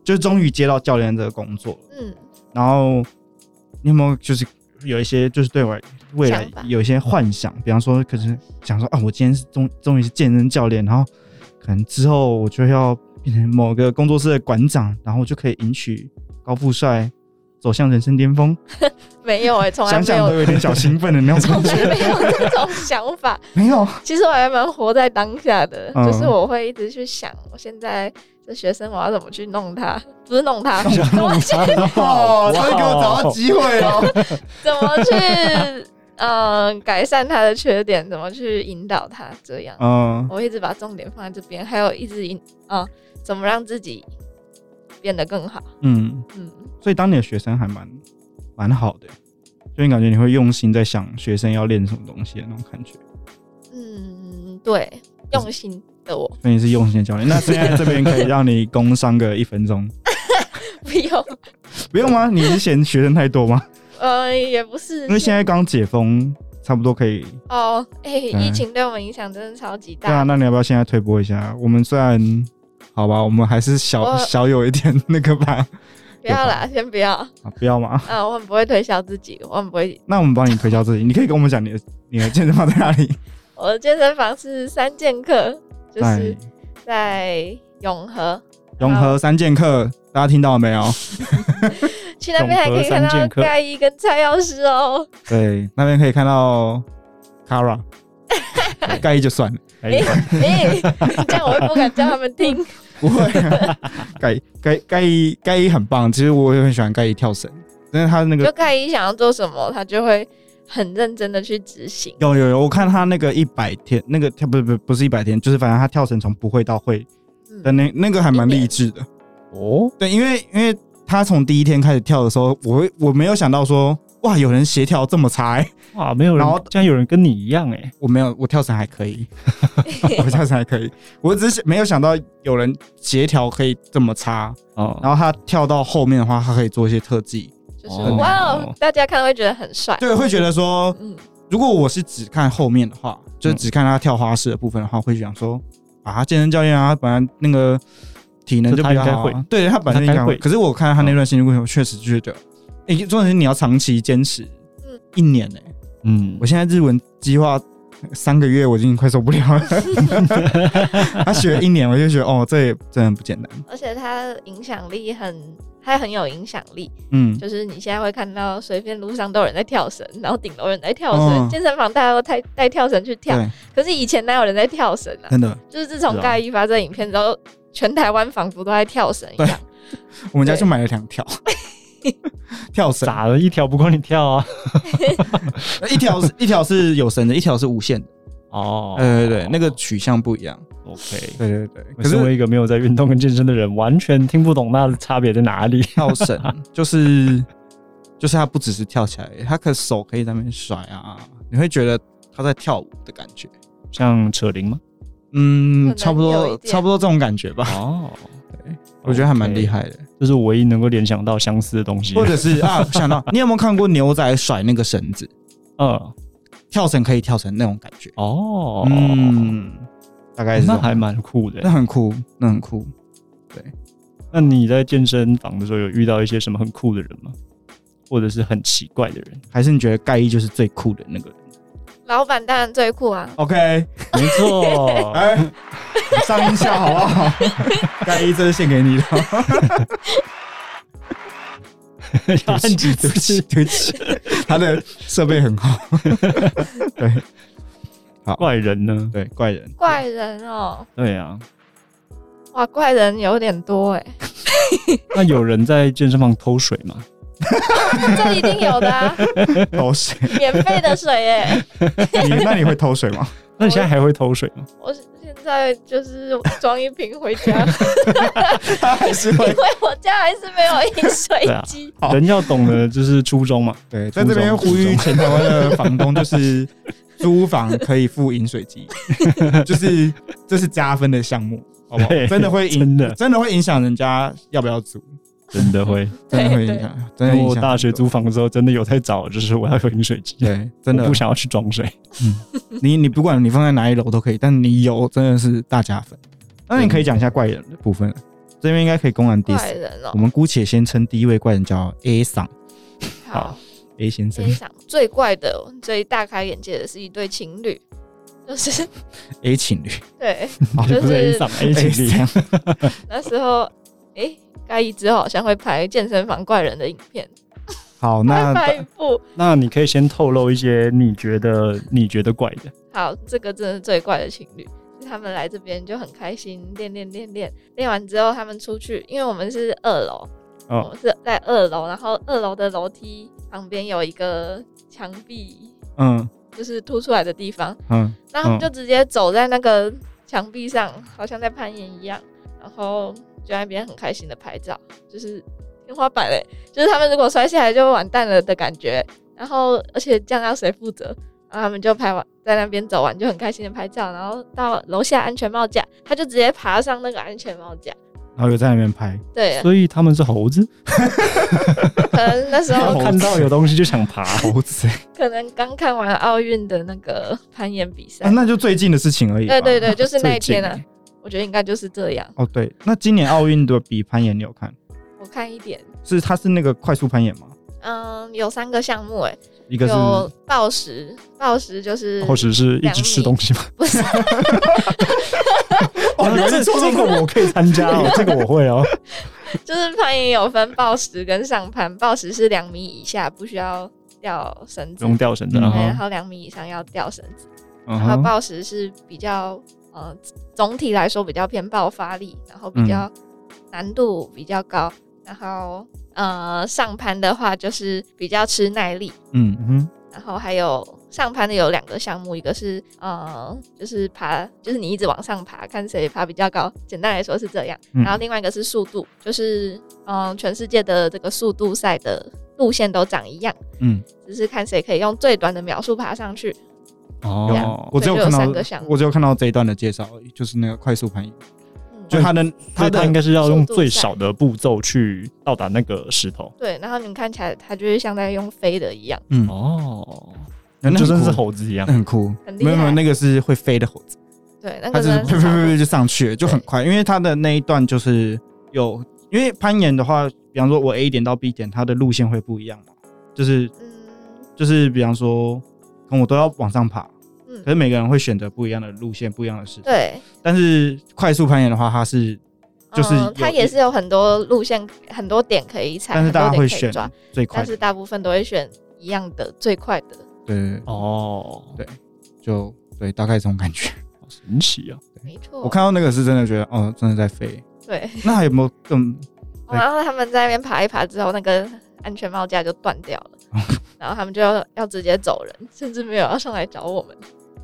S1: 就是终于接到教练这个工作，
S3: 嗯，
S1: 然后你有没有就是有一些就是对我未来
S3: 想法
S1: 有一些幻想，比方说，可是想说啊，我今天是终终于是健身教练，然后可能之后我就要变成某个工作室的馆长，然后我就可以迎娶高富帅，走向人生巅峰。
S3: 没有哎、从来
S1: 想
S3: 没
S1: 想都
S3: 有，
S1: 有点小兴奋的那种
S3: 从
S1: 感
S3: 来
S1: 觉。
S3: 没有这种想法。
S1: 没有，
S3: 其实我还蛮活在当下的，
S1: 嗯
S3: 就是我会一直去想，我现在这学生我要怎么去弄他，不是弄他，
S2: 想
S3: 怎么
S2: 弄
S3: 去
S2: 他
S1: 哦，终于给我找到
S2: 哇
S1: 机会了。
S3: 怎么去， 嗯，改善他的缺点，怎么去引导他这样。
S1: 嗯，
S3: 我一直把重点放在这边，还有一直引，嗯，怎么让自己变得更好，
S1: 嗯，
S3: 嗯。
S1: 所以当你的学生还蛮蛮好的，就你感觉你会用心在想学生要练什么东西的那种感觉，
S3: 嗯，对，用心的我
S1: 所以你是用心的教练。那现在这边可以让你工伤个一分 钟，
S3: 不用，
S1: 不用吗？你是嫌学生太多吗？
S3: 呃，也不是，
S1: 因为现在刚解封，差不多可以。
S3: 哦，哎、
S1: 对
S3: 疫情对我们影响真的超级
S1: 对啊，
S3: 大。
S1: 那你要不要现在推播一下？我们虽然好吧，我们还是小
S3: 我
S1: 小有一点那个吧，
S3: 不要啦，先不要，
S1: 啊，不要嘛。
S3: 啊，我很不会推销自己，我很不会。
S1: 那我们帮你推销自己，你可以跟我们讲你的你的健身房在哪里？
S3: 我的健身房是三剑客，就
S1: 在
S3: 是在永和，
S1: 融合三剑客，大家听到了没 有？
S3: 去那边还可以看
S2: 永和三剑客
S3: 到盖伊跟蔡药师哦。
S1: 对，那边可以看到 Kara，盖伊就算了，
S2: 哎
S3: 哎，哎、这样我会不敢叫他们 听。
S1: 不会、 啊。盖盖盖伊盖伊很棒，其实我也很喜欢盖伊跳绳，因为他那
S3: 就
S1: 个
S3: 盖伊想要做什么，他就会很认真的去执行。
S1: 有有有，我看他那个一百天，那个跳不不不是一百天，就是反正他跳绳从不会到会的
S3: 嗯，
S1: 那那个还蛮
S3: 一年
S1: 励志的。
S2: 哦，
S1: 对，因为因为他从第一天开始跳的时候，我会我没有想到说哇，有人协调这么差、欸。
S2: 哇，没有人
S1: 然后，
S2: 竟然有人跟你一样哎，
S1: 我没有，我跳绳还可 以，我跳绳还可以，我只是没有想到有人协调可以这么差。
S2: 哦，
S1: 然后他跳到后面的话，他可以做一些特技，
S3: 就是、
S2: 哦
S3: 哇哦，大家看会觉得很帅。
S1: 对，会觉得说，
S3: 嗯，
S1: 如果我是只看后面的话，
S2: 嗯
S1: 就是只看他跳花式的部分的话，会想说啊，他健身教练啊，他本来那个体能就比较
S2: 就他应该
S1: 好、啊
S2: 会，
S1: 对他本身应
S2: 他
S1: 该
S2: 应该
S1: 会。
S2: 会
S1: 可是我看他那段时间过程，我确实就觉得，哎、重点是你要长期坚持
S3: 嗯，
S1: 一年呢、
S2: 嗯
S1: 我，现在日文计划三个月，我已经快受不了 了。他学了一年，我就觉得哦，这也真的不简单。
S3: 而且他影响力很，他很有影响力。
S1: 嗯，
S3: 就是你现在会看到随便路上都有人在跳绳，然后顶楼有人在跳绳，
S1: 嗯
S3: 健身房大家都带带跳绳去跳。
S1: 对，
S3: 可是以前哪有人在跳绳啊？
S1: 真的，
S3: 就是自从
S2: 是啊
S3: 盖伊发这影片之后，全台湾仿佛都在跳绳一样。
S1: 我们家就买了两条跳绳，
S2: 咋了？一条不够你跳啊？
S1: 一条是一条是有绳的，一条是无线的。
S2: 哦，
S1: 对对对，那个取向不一样。
S2: OK。
S1: 对对对，可
S2: 可
S1: 是
S2: 是我一个没有在运动跟健身的人，完全听不懂那差别在哪里。
S1: 跳绳 就是就是它不只是跳起来，它可手可以在那边甩啊，你会觉得他在跳舞的感觉。
S2: 像扯铃吗？
S1: 嗯，
S3: 可能
S1: 差不
S3: 有
S1: 多
S3: 一点
S1: 差不多这种感觉吧。
S2: 哦，
S1: 我觉得还蛮厉
S2: OK，
S1: 害的。
S2: 这是我唯一能够联想到相似的东西。
S1: 或者 是啊，我想到你有没有看过牛仔甩那个绳子，
S2: 嗯，
S1: 跳绳可以跳成那种感觉？
S2: 哦，
S1: 嗯，大概是这
S2: 那
S1: 种
S2: 还蛮酷的
S1: 那。很酷，那很酷。
S2: 那你在健身房的时候有遇到一些什么很酷的人吗？或者是很奇怪的人？
S1: 还是你觉得盖伊就是最酷的那个人
S3: 老板当然最酷啊，
S1: ？OK，
S2: 没错，
S1: 哎、 上音效好不好？ 盖伊这是献给你 的，
S2: 要 按几
S1: 对不起，
S2: 次？
S1: 对不起，他的设备很好。对
S2: 怪人呢？
S1: 对，怪人，
S3: 怪人哦，
S2: 对啊，
S3: 哇，怪人有点多哎，
S2: 那有人在健身房偷水吗？
S3: 这一定有的 啊，
S1: 偷水。
S3: 免费的水哎，
S1: 你那你会偷水吗？
S2: 那你现在还会偷水吗？
S3: 我现在就是装一瓶 回家，
S1: 他还是
S3: 因
S1: 会。
S3: 为我家还是没有饮水机，
S1: 好
S2: 人要懂得就是初衷嘛。
S1: 对，在这边呼吁全台湾的房东，就是 租房可以付饮水 机，就是这是加分的项目，好不好？
S2: 对
S1: 真的会影，
S2: 真的
S1: 真的会影响人家要不要租，
S2: 真的会。
S1: 啊真的会
S3: 对对
S1: 影响，真的
S2: 因为
S1: 影
S2: 我
S1: 响。
S2: 大学租，房的时候，真的有在找，就是我要有饮水机，
S1: 对，真的
S2: 我不，想要去装水。
S1: 你你不管你放在哪一楼都可以，但你有真的是大加分。那你可以讲一下怪人的部分了，这边应该可以公然 diss
S3: 怪。人哦
S1: 我，们姑且先称第一位怪人叫 A 桑
S3: 好。
S1: A 先生
S3: 先想最怪的、最大开眼界的是一对情侣，就是
S1: A 情侣，
S3: 对，
S1: 好
S3: 就
S2: 不是 A
S3: 是
S2: 上 A 情侣，
S1: 桑
S3: 那时候，诶，该一之后好像会拍健身房怪人的影片，
S1: 好，
S3: 会
S1: 那
S3: 拍一部。
S2: 那你可以先透露一些你觉得你觉得怪的。
S3: 好，这个真的是最怪的情侣，就是他们来这边就很开心，练练练练，练完之后他们出去，因为我们是二楼，我
S2: 哦，
S3: 们是在二楼，然后二楼的楼梯旁边有一个墙壁，
S1: 嗯
S3: 就是凸出来的地方，
S1: 嗯，
S3: 然后他
S2: 嗯
S3: 们就直接走在那个墙壁上，好像在攀岩一样，然后就在那边很开心的拍照，就是天花板嘞、就是他们如果摔下来就完蛋了的感觉。然后而且这样要谁负责？然后他们就拍完在那边走完就很开心的拍照，然后到楼下安全帽架，他就直接爬上那个安全帽架。
S1: 然后又在那边拍，
S3: 对，
S2: 所以他们是猴子，
S3: 可能那时候
S1: 猴子
S2: 看到有东西就想爬。
S1: 猴子、欸
S3: 可能刚看完奥运的那个攀岩比赛
S1: 啊，。 那就最近的事情而已吧。
S3: 对对对，就是那
S1: 最
S3: 一
S1: 近
S3: 天啊，我觉得应该就是这样。
S1: 哦，对，那今年奥运的比攀岩你有看？
S3: 我看一点，
S1: 是它是那个快速攀岩吗？
S3: 嗯，有三个项目哎、
S1: 一个
S3: 有
S1: 是
S3: 暴食，暴食就是
S2: 或者是一直吃东西吗？
S3: 不是
S1: 哦，
S2: 这
S1: 是
S2: 这个我可以参加哦，这个我会哦。
S3: 就是攀岩有分暴食跟上攀，暴食是两米以下不需要吊绳
S2: 不
S3: 子，
S2: 用吊绳子
S1: 嗯
S3: 对，
S2: 啊。
S1: 哼
S3: 然后两米以上要吊绳子，
S1: 嗯
S3: 然后
S1: 哼
S3: 暴食是比较呃总体来说比较偏爆发力，然后比较难度比较高，然后呃上攀的话就是比较吃耐力，
S1: 嗯
S2: 嗯
S3: 然后还有上攀的有两个项目，一个是呃，就是爬，就是你一直往上爬，看谁爬比较高。简单来说是这样。
S1: 嗯
S3: 然后另外一个是速度，就是嗯、呃全世界的这个速度赛的路线都长一样，
S1: 嗯，
S3: 只是看谁可以用最短的秒数爬上去。
S2: 哼，
S1: 有
S2: 哦，
S1: 我只有
S3: 所以就有
S1: 看
S3: 三个项
S1: 到
S3: 目
S1: 我只有看到这一段的介绍而已，就是那个快速攀岩，
S3: 嗯，
S1: 就它的
S2: 所
S1: 它
S2: 以他
S1: 的
S2: 应该是要用最少的步骤去到达那个石头。
S3: 对。然后你看起来它就是像在用飞的一样，
S1: 嗯，
S2: 哦，
S1: 那很
S2: 就真是
S1: 酷
S2: 猴子一样
S1: 那。很酷，
S3: 很厉
S1: 没有没有，
S3: 害
S1: 那个是会飞的猴子，
S3: 对，那
S1: 它
S3: 个
S1: 就是
S3: 真
S1: 飞飞
S3: 的是
S1: 飞就上去了，就很快，因为它的那一段就是有，因为攀岩的话，比方说我 A 点到 B 点，它的路线会不一样嘛，就是
S3: 嗯
S1: 就是比方说，可能我都要往上爬，可
S3: 嗯，
S1: 是每个人会选择不一样的路线、不一样的事。，
S3: 对，
S1: 但是快速攀岩的话，它是就是有
S3: 嗯、它也是有很多路线、很多点可以踩，
S1: 但是大家会
S3: 很多点可
S1: 选
S3: 以抓，
S1: 最快嗯
S3: 但
S1: 的
S3: 是，大部分都会选一样的最快的。
S1: 对对对，
S2: 哦，
S1: 对就对，大概这种感觉。
S2: 好神奇啊！
S3: 没错，
S1: 哦我看到那个是真的觉得，哦，真的在飞。
S3: 对，
S1: 那还有没有更
S2: 对
S3: 然后他们在那边爬一爬之后，那个安全帽架就断掉 了，然后他们就要要直接走人，甚至没有要上来找我们。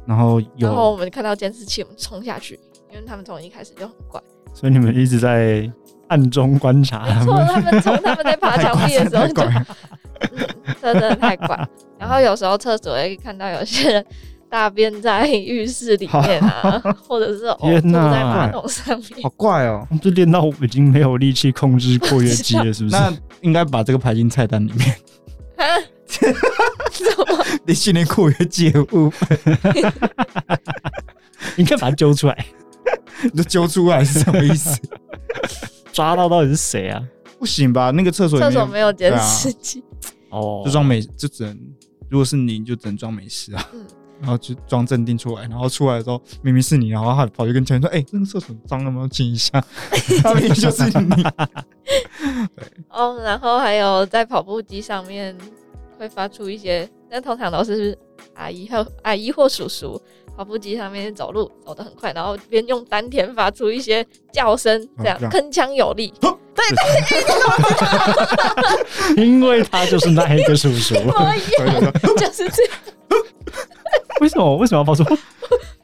S1: 然后
S3: 然后
S1: 有
S3: 我们看到监视器，我们冲下去，因为他们从一开始就很 怪。
S2: 所以你们一直在暗中观察
S3: 没
S2: 他
S3: 错，
S2: 们。
S3: 他们从他们在爬墙壁的时候
S1: 太
S3: 就
S1: 怪了太怪了
S3: 真的太怪。然后有时候厕所会看到有些人大便在浴室里 面啊，或者是呕
S2: 天
S3: 吐
S2: 哪
S3: 在马桶上面
S1: 好。怪哦。
S2: 就练到已经没有力气控制括约肌了，是 不是？
S1: 那应该把这个排进菜单里 面。
S3: 啊怎么？
S1: 你训练括约肌的部分，
S2: 你可以把它揪出来，
S1: 你就揪出来是什么意思？
S2: 抓到到底是谁啊？
S1: 不行吧？那个厕所
S3: 厕
S1: 里
S3: 所
S1: 面啊
S3: 没有监视器，
S2: 哦，
S1: 就装美，就只能如果是你，你就只能装没事啊。
S3: 嗯
S1: 然后就装镇定出来，然后出来的时候明明是你，然后他跑去跟前面说：“哎、那个厕所脏了吗？清一 下。”他明明就是 你。
S3: 哦，然后还有在跑步机上面会发出一些，那通常都是阿姨或阿姨或叔叔跑步机上面走路走得很快，然后边用丹田发出一些叫声，这样
S1: 哦这样哦
S3: 铿锵有力。
S2: 因为他就是那一个叔叔。
S3: 我一
S1: 所以就说
S3: 哦 就是这样，
S2: 为什么？为什么要跑出？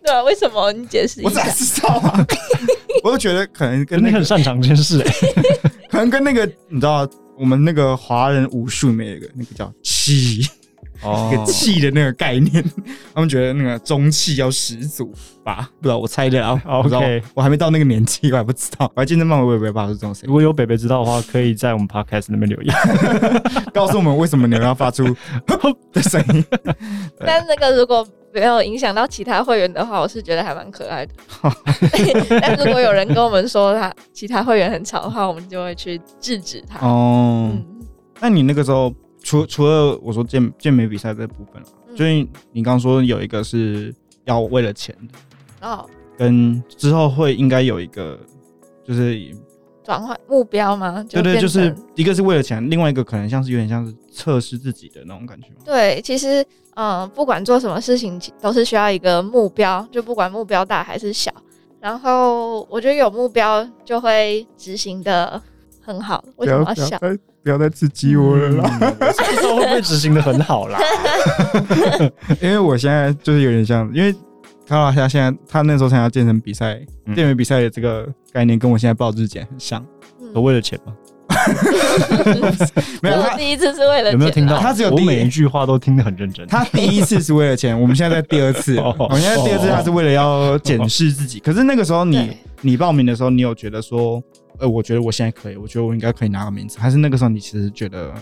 S3: 对啊？为什么？你解释一
S1: 我咋
S3: 下。
S1: 知道 啊？我就觉得可能跟
S2: 你
S1: 那
S2: 很
S1: 个，
S2: 擅长这件事哎、
S1: 可能跟那个，你知道，我们那个华人武术里面有一个那个叫气，
S2: 哦
S1: 那个气的那个概念， 他们觉得那个中气要十足吧？不知道，我猜的啊。
S2: OK
S1: 我不知道我还没到那个年纪，我还不知道。我还健身房，我也不知道是这种谁
S2: 如。果有北北知道的话，可以在我们 podcast 那边留言。
S1: 告诉我们为什么你们要发 出的声音？
S3: 但那个如果没有影响到其他会员的话，我是觉得还蛮可 爱的。但如果有人跟我们说他其他会员很吵的话，我们就会去制止他。
S1: 哦，
S3: 嗯，
S1: 那你那个时候除除了我说健健美比赛这部分了，啊
S3: 嗯
S1: 就是你刚刚说有一个是要为了钱的，
S3: 然后
S1: 跟之后会应该有一个就是
S3: 转换目标吗？
S1: 对对，
S3: 变
S1: 就
S3: 成
S1: 是一个是为了钱，另外一个可能像是有点像是测试自己的那种感觉嘛。
S3: 对。其实，嗯、不管做什么事情，都是需要一个目标，就不管目标大还是小。然后我觉得有目标就会执行的很好。为什么要笑？
S1: 再不要再刺激
S2: 比 这时候会不会执行的很好 啦？
S1: 因为我现在就是有点像，因为卡老夏现在他那时候参加健身比赛、
S2: 嗯
S1: 健美比赛的这个概念，跟我现在报日检很像。
S2: 都
S3: 嗯，
S2: 为了钱吗？
S1: 没有
S3: 我
S1: 他，
S3: 第一次是为了
S2: 啊有没有
S3: 钱
S2: 听到？
S3: 啊
S1: 他只有
S2: 我
S1: 第一
S2: 每一句话都听得很认真。
S1: 他第一次是为了钱，我们现在在第二次，
S2: 哦
S1: 我们现在第二次他是为了要检视自己。可是那个时候你
S3: 对
S1: 你报名的时候，你有觉得说，呃，我觉得我现在可以，我觉得我应该可以拿个名次，还是那个时候你其实觉得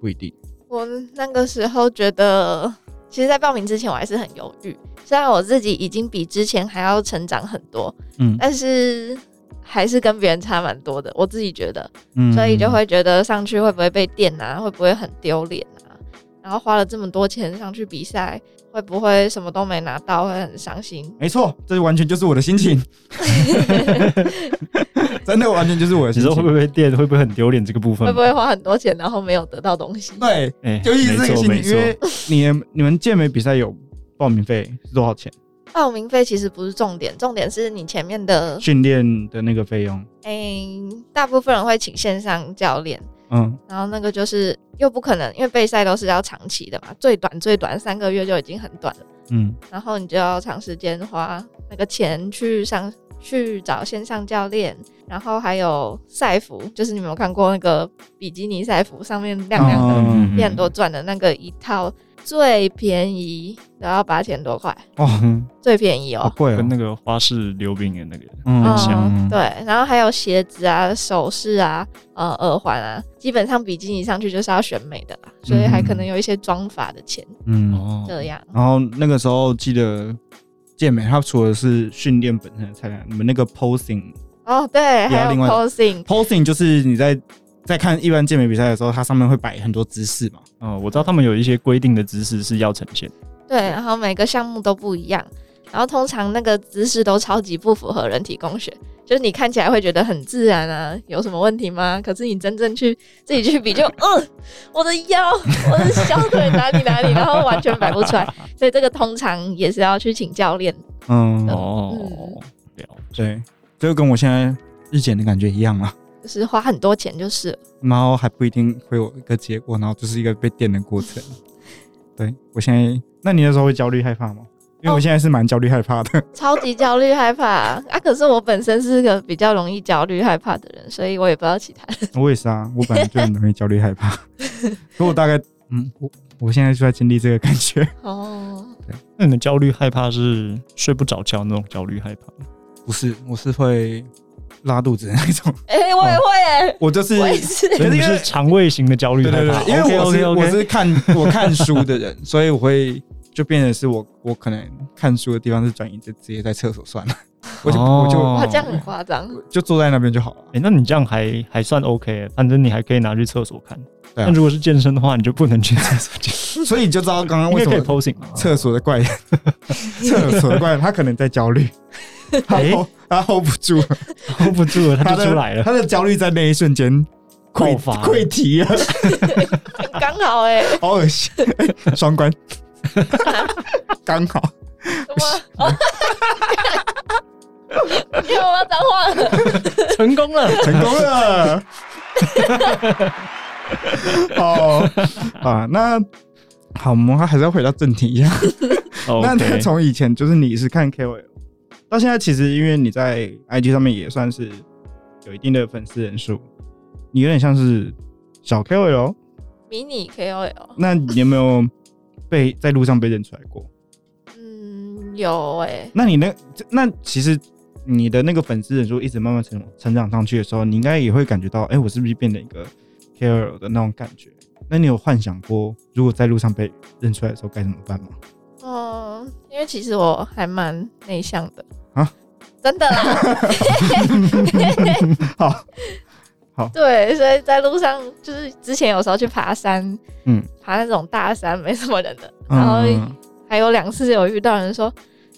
S1: 不一定？
S3: 我那个时候觉得，其实，在报名之前我还是很犹豫。虽然我自己已经比之前还要成长很多，
S1: 嗯
S3: 但是还是跟别人差蛮多的。我自己觉得，
S1: 嗯
S3: 所以就会觉得上去会不会被电啊，会不会很丢脸啊？然后花了这么多钱上去比赛，会不会什么都没拿到，会很伤心？
S1: 没错，这完全就是我的心 情， 真的完全就是我的
S2: 你
S1: 心
S2: 说会不
S1: 情。
S2: 会被电？会不会很丢脸？这个部分
S3: 会不会花很多钱，然后没有得到东西？
S1: 对，
S2: 哎，
S1: 就一直这
S2: 没
S1: 个
S2: 错
S1: 心
S2: 没
S1: 情，因
S2: 错。
S1: 为你你们健美比赛有报名费是多少钱？
S3: 报名费其实不是重点，重点是你前面的，
S1: 训练的那个费用？
S3: 嗯、大部分人会请线上教练。
S1: 嗯，
S3: 然后那个就是又不可能，因为备赛都是要长期的嘛，最短最短三个月就已经很短了。
S1: 嗯，
S3: 然后你就要长时间花那个钱去上去找线上教练，然后还有赛服，就是你们有看过那个比基尼赛服上面亮亮的、
S1: 嗯
S3: 变很多钻的那个一套，最便宜都要八千多块，
S1: 哇，
S3: 最便宜
S1: 哦好
S3: 哦。
S1: 贵哦
S2: 嗯跟。那个花式溜冰的那个，
S1: 嗯
S3: 嗯
S1: 像
S3: 对，然后还有鞋子啊、首饰啊、呃、耳环啊，基本上比基尼上去就是要选美的啦，所以还可能有一些妆发的钱。
S1: 嗯，
S2: 哦
S3: 这样。
S1: 然后那个时候记得健美，它除了是训练本身的菜单，你们那个 posing，posing
S3: 哦，对，还有
S1: 另外
S3: posing，
S1: 就是你在在看一般健美比赛的时候，它上面会摆很多姿势嘛。
S2: 嗯，我知道他们有一些规定的姿势是要呈现，
S3: 对，然后每个项目都不一样，然后通常那个姿势都超级不符合人体工学，就是你看起来会觉得很自然啊，有什么问题吗？可是你真正去自己去比就，嗯，我的腰，我的小腿哪里哪里，然后完全摆不出来， 所以这个通常也是要去请教练。
S1: 嗯，
S2: 哦，了解
S3: 嗯
S1: 对，就跟我现在日检的感觉一样啊。
S3: 就是花很多钱就是了。
S1: 然后还不一定会有一个结果，然后就是一个被电的过 程。对我现在，那你那时候会焦虑害怕吗？因为我现在是蛮焦虑害怕 的。
S3: 超级焦虑害怕啊！可是我本身是个比较容易焦虑害怕的人，所以我也不知道其他人。
S1: 我也是啊，我本来就很容易焦虑害 怕，可我大概嗯，我我现在就在经历这个感觉。
S3: 哦，
S2: 那你们焦虑害怕是睡不着觉那种焦虑害怕吗？
S1: 不是，我是会拉肚子的那种，
S3: 哎、我也会、欸，
S1: 我就是
S3: 我 也是。
S2: 所以你是肠胃型的焦虑
S1: 对
S2: 害
S1: 对
S2: 怕，
S1: 对，因为我
S2: OK
S1: 是
S2: OK
S1: 我
S2: OK。
S1: 是看我看书的人，所以我会就变成是我我可能看书的地方是转移，就直接在厕所算了，我就、我就
S2: 哦
S3: 哇，这样很夸张。
S1: 就坐在那边就好了。
S2: 哎、那你这样还还算 OK，反正你还可以拿去厕所看。
S1: 对啊
S2: 但如果是健身的话，你就不能去厕所健 身，
S1: 所以你就知道刚刚
S2: 应
S1: 为什
S2: 该可以
S1: 么
S2: posing 嘛。
S1: 厕所的 怪人，厕所的怪人他可能在焦虑，他 hold、
S2: 诶
S1: 他 hold 不住了，
S2: hold 不住了，哎他就
S1: 的
S2: 出来了。
S1: 他的焦虑在那一瞬间溃
S2: 爆发
S1: 溃堤了，
S3: 刚好哎、欸，
S1: 好恶心，诶双 关，刚好。
S3: 我，因为我哦要脏话了。
S2: 成功了。
S1: 成功 了。 哦啊，那好，我们还是要回到正题一下。 那那
S2: OK，
S1: 从以前就是你是看 KOL，到现在其实因为你在 IG 上面也算是有一定的粉丝人数，你有点像是小 KOL 哦。
S3: 迷你 KOL，
S1: 那你有没有被在路上被认出来过？
S3: 嗯，有哎、
S1: 那你那那其实你的那个粉丝人数一直慢慢成成长上去的时候，你应该也会感觉到，哎、我是不是变得一个 KOL 的那种感觉？那你有幻想过，如果在路上被认出来的时候该怎么办吗？
S3: 嗯，因为其实我还蛮内向的
S1: 啊，
S3: 真的啦。
S1: 好，
S3: 对，所以在路上就是之前有时候去爬山，
S1: 嗯，
S3: 爬那种大山没什么人的，然后还有两次有遇到人说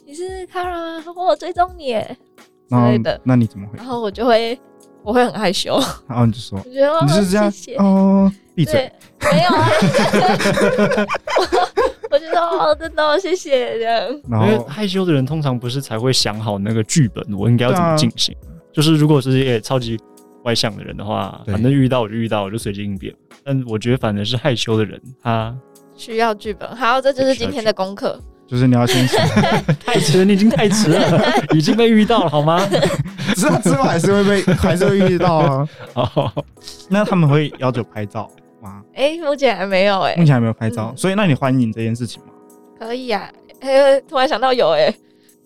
S3: 你是 Kara 吗？我有追踪你耶之
S1: 嗯然后
S3: 类的，
S1: 那你怎么回
S3: 然？后我就会我会很害羞，
S1: 然后你就说，
S3: 我觉得哦
S1: 你是这样
S3: 谢谢
S1: 哦，闭嘴。
S3: 对，没有啊， 我我 就说哦，真的哦谢谢这样，
S1: 然
S2: 因为
S1: 后
S2: 害羞的人通常不是才会想好那个剧本，我应该要怎
S1: 对啊
S2: 么进行。就是如果是也超级外向的人的话，
S1: 对
S2: 反正遇到我就遇到，我就随机应变。但我觉得反而是害羞的人， 他
S3: 需要剧本，好，这就是今天的功课。
S1: 就是你要先想，
S2: 太迟了，你已经太迟了， 已经被遇到了，好吗？
S1: 知道 之后还是会 被，还是会遇到啊。
S2: 哦，
S1: 那他们会要求拍照吗？
S3: 哎、目前还没有哎、
S1: 目前还没有拍照，
S3: 嗯
S1: 所以那你欢迎这件事情吗？
S3: 可以啊，哎、突然想到有哎、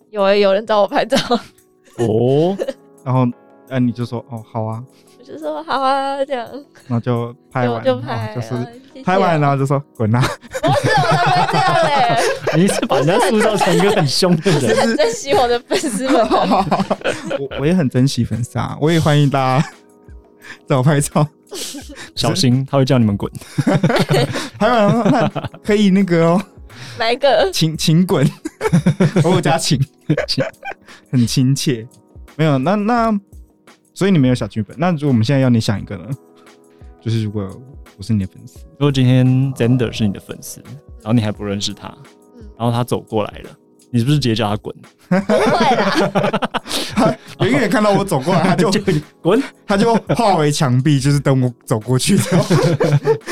S3: 有哎、有人找我拍照，
S2: 哦，
S1: 然后，呃，你就说哦，好啊，
S3: 我就说好啊这样，
S1: 然后就拍
S3: 就
S1: 完，
S3: 就拍，
S1: 哦就是
S3: 啊谢谢
S1: 拍完然后就说滚 啊，
S3: 不是我才不会这样嘞、
S2: 你是把人家塑造成一个很凶的
S3: 是
S2: 人，
S3: 很 珍惜我的粉丝 们的。
S1: 我我也很珍惜粉丝啊，我也欢迎大家 找我拍照，
S2: 小心他会叫你们滚。
S1: 拍完了那可以那个哦，
S3: 哪一个？
S1: 请 请滚，我有加请
S2: 请，
S1: 很亲切，没有那那，所以你没有小剧本，那如果我们现在要你想一个呢，就是如果我是你的粉丝，
S2: 如果今天 Zander 是你的粉丝，然后你还不认识他，
S1: 嗯
S2: 然后他走过来了，你是不是直接叫他滚？
S3: 不会啦，
S1: 远远看到我走过来， 他就
S2: 滚！
S1: 他就化为墙壁，就是等我走过 去之后，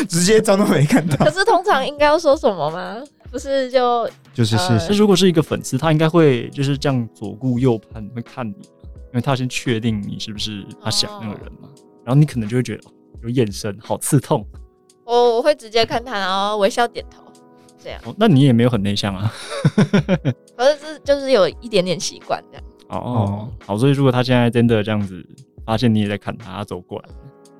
S1: 直接装作没看到，
S3: 可是通常应该要说什么吗？不是就
S1: 就是
S3: 谢谢
S2: 那如果是一个粉丝，他应该会就是这样左顾右盼，会看你，啊因为他先确定你是不是他想那个人嘛。然后你可能就会觉得哦有眼神好刺痛
S3: 我我会直接看他，然后微笑点头。
S2: 哦，那你也没有很内向啊。
S3: 可是这就是有一点点习惯这样。
S2: 哦，好，所以如果他现在真的这样子发现你也在看他，他走过来，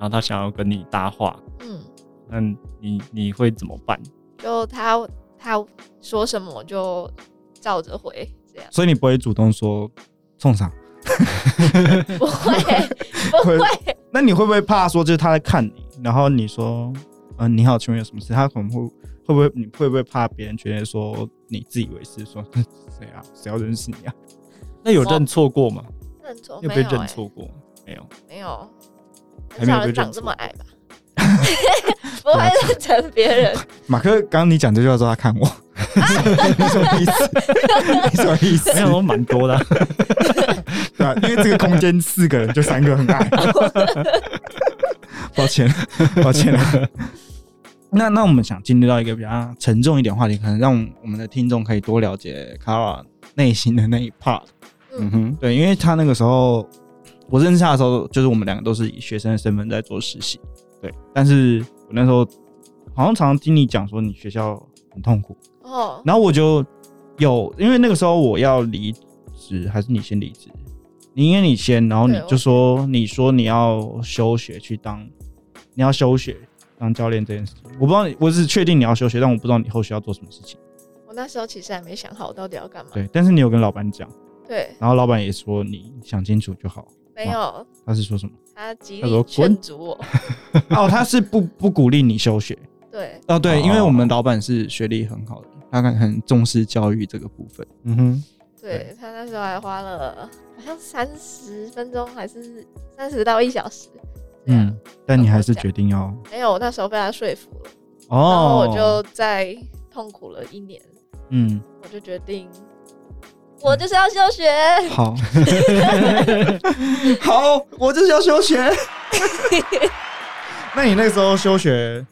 S2: 然后他想要跟你搭话，
S3: 嗯，
S2: 那你你会怎么办？
S3: 就他他说什么我就照着回，这样
S1: 所以你不会主动说冲啥。
S3: 不会不
S1: 会
S3: 会。
S1: 那你会不会怕说，就是他在看你，然后你说，嗯、你好，请问有什么事？他可能会会不会，你会不会怕别人觉得说你自以为是，说谁啊，谁要认识你啊？
S2: 那有认错过吗？
S3: 认错
S2: 有
S3: 没
S2: 被
S3: 有、
S2: 认
S3: 欸？
S2: 错过？没 有。
S3: 没有，
S2: 还
S3: 很
S2: 没有
S3: 少
S2: 被
S3: 人
S2: 认
S3: 长
S2: 错啊
S3: 这么矮 吧？不会认成别人。
S1: 马克，刚刚你讲这句话之后，他看我， 你什么意思？ 你什么意思
S2: 没？想说蛮多 的啊、
S1: 对、啊，因为这个空间四个人就三个很 矮，抱歉，抱歉啊。那那我们想进入到一个比较沉重一点的话题，可能让我们的听众可以多了解 Kara 内心的那一 part。
S2: 嗯哼，
S1: 对，因为他那个时候我认识他的时候，就是我们两个都是以学生的身份在做实习。对，但是我那时候好像常常听你讲说你学校很痛苦，
S3: 哦，
S1: 然后我就有，因为那个时候我要离职，还是你先离职？你因为你先，然后你
S3: 对我
S1: 就说，你说你要休学去当，你要休学当教练这件事情，我不知道你，我只是确定你要休学，但我不知道你后续要做什么事情。
S3: 我那时候其实还没想好我到底要干嘛。
S1: 对，但是你有跟老板讲，
S3: 对，
S1: 然后老板也说你想清楚就好。
S3: 没有，
S1: 他是说 什么？
S3: 他极
S1: 他说
S3: 力
S1: 滚
S3: 劝阻我。
S1: 哦，他是不不鼓励你休学。
S3: 对，
S1: 哦，对，
S2: 哦
S1: 因为我们老板是学历很好的，他很重视教育这个部分。
S2: 嗯哼，
S3: 对他那时候还花了好像三十分钟，还是三十到一小时。
S1: 嗯
S3: 嗯，，
S1: 但你还是决定要
S3: 没有，我那时候被他说服了，然后
S1: 哦，
S3: 我就再痛苦了一年，
S1: 嗯。
S3: 我就决定，我就是要休学。
S1: 好， 好，我就是要休学。 那你那时候休学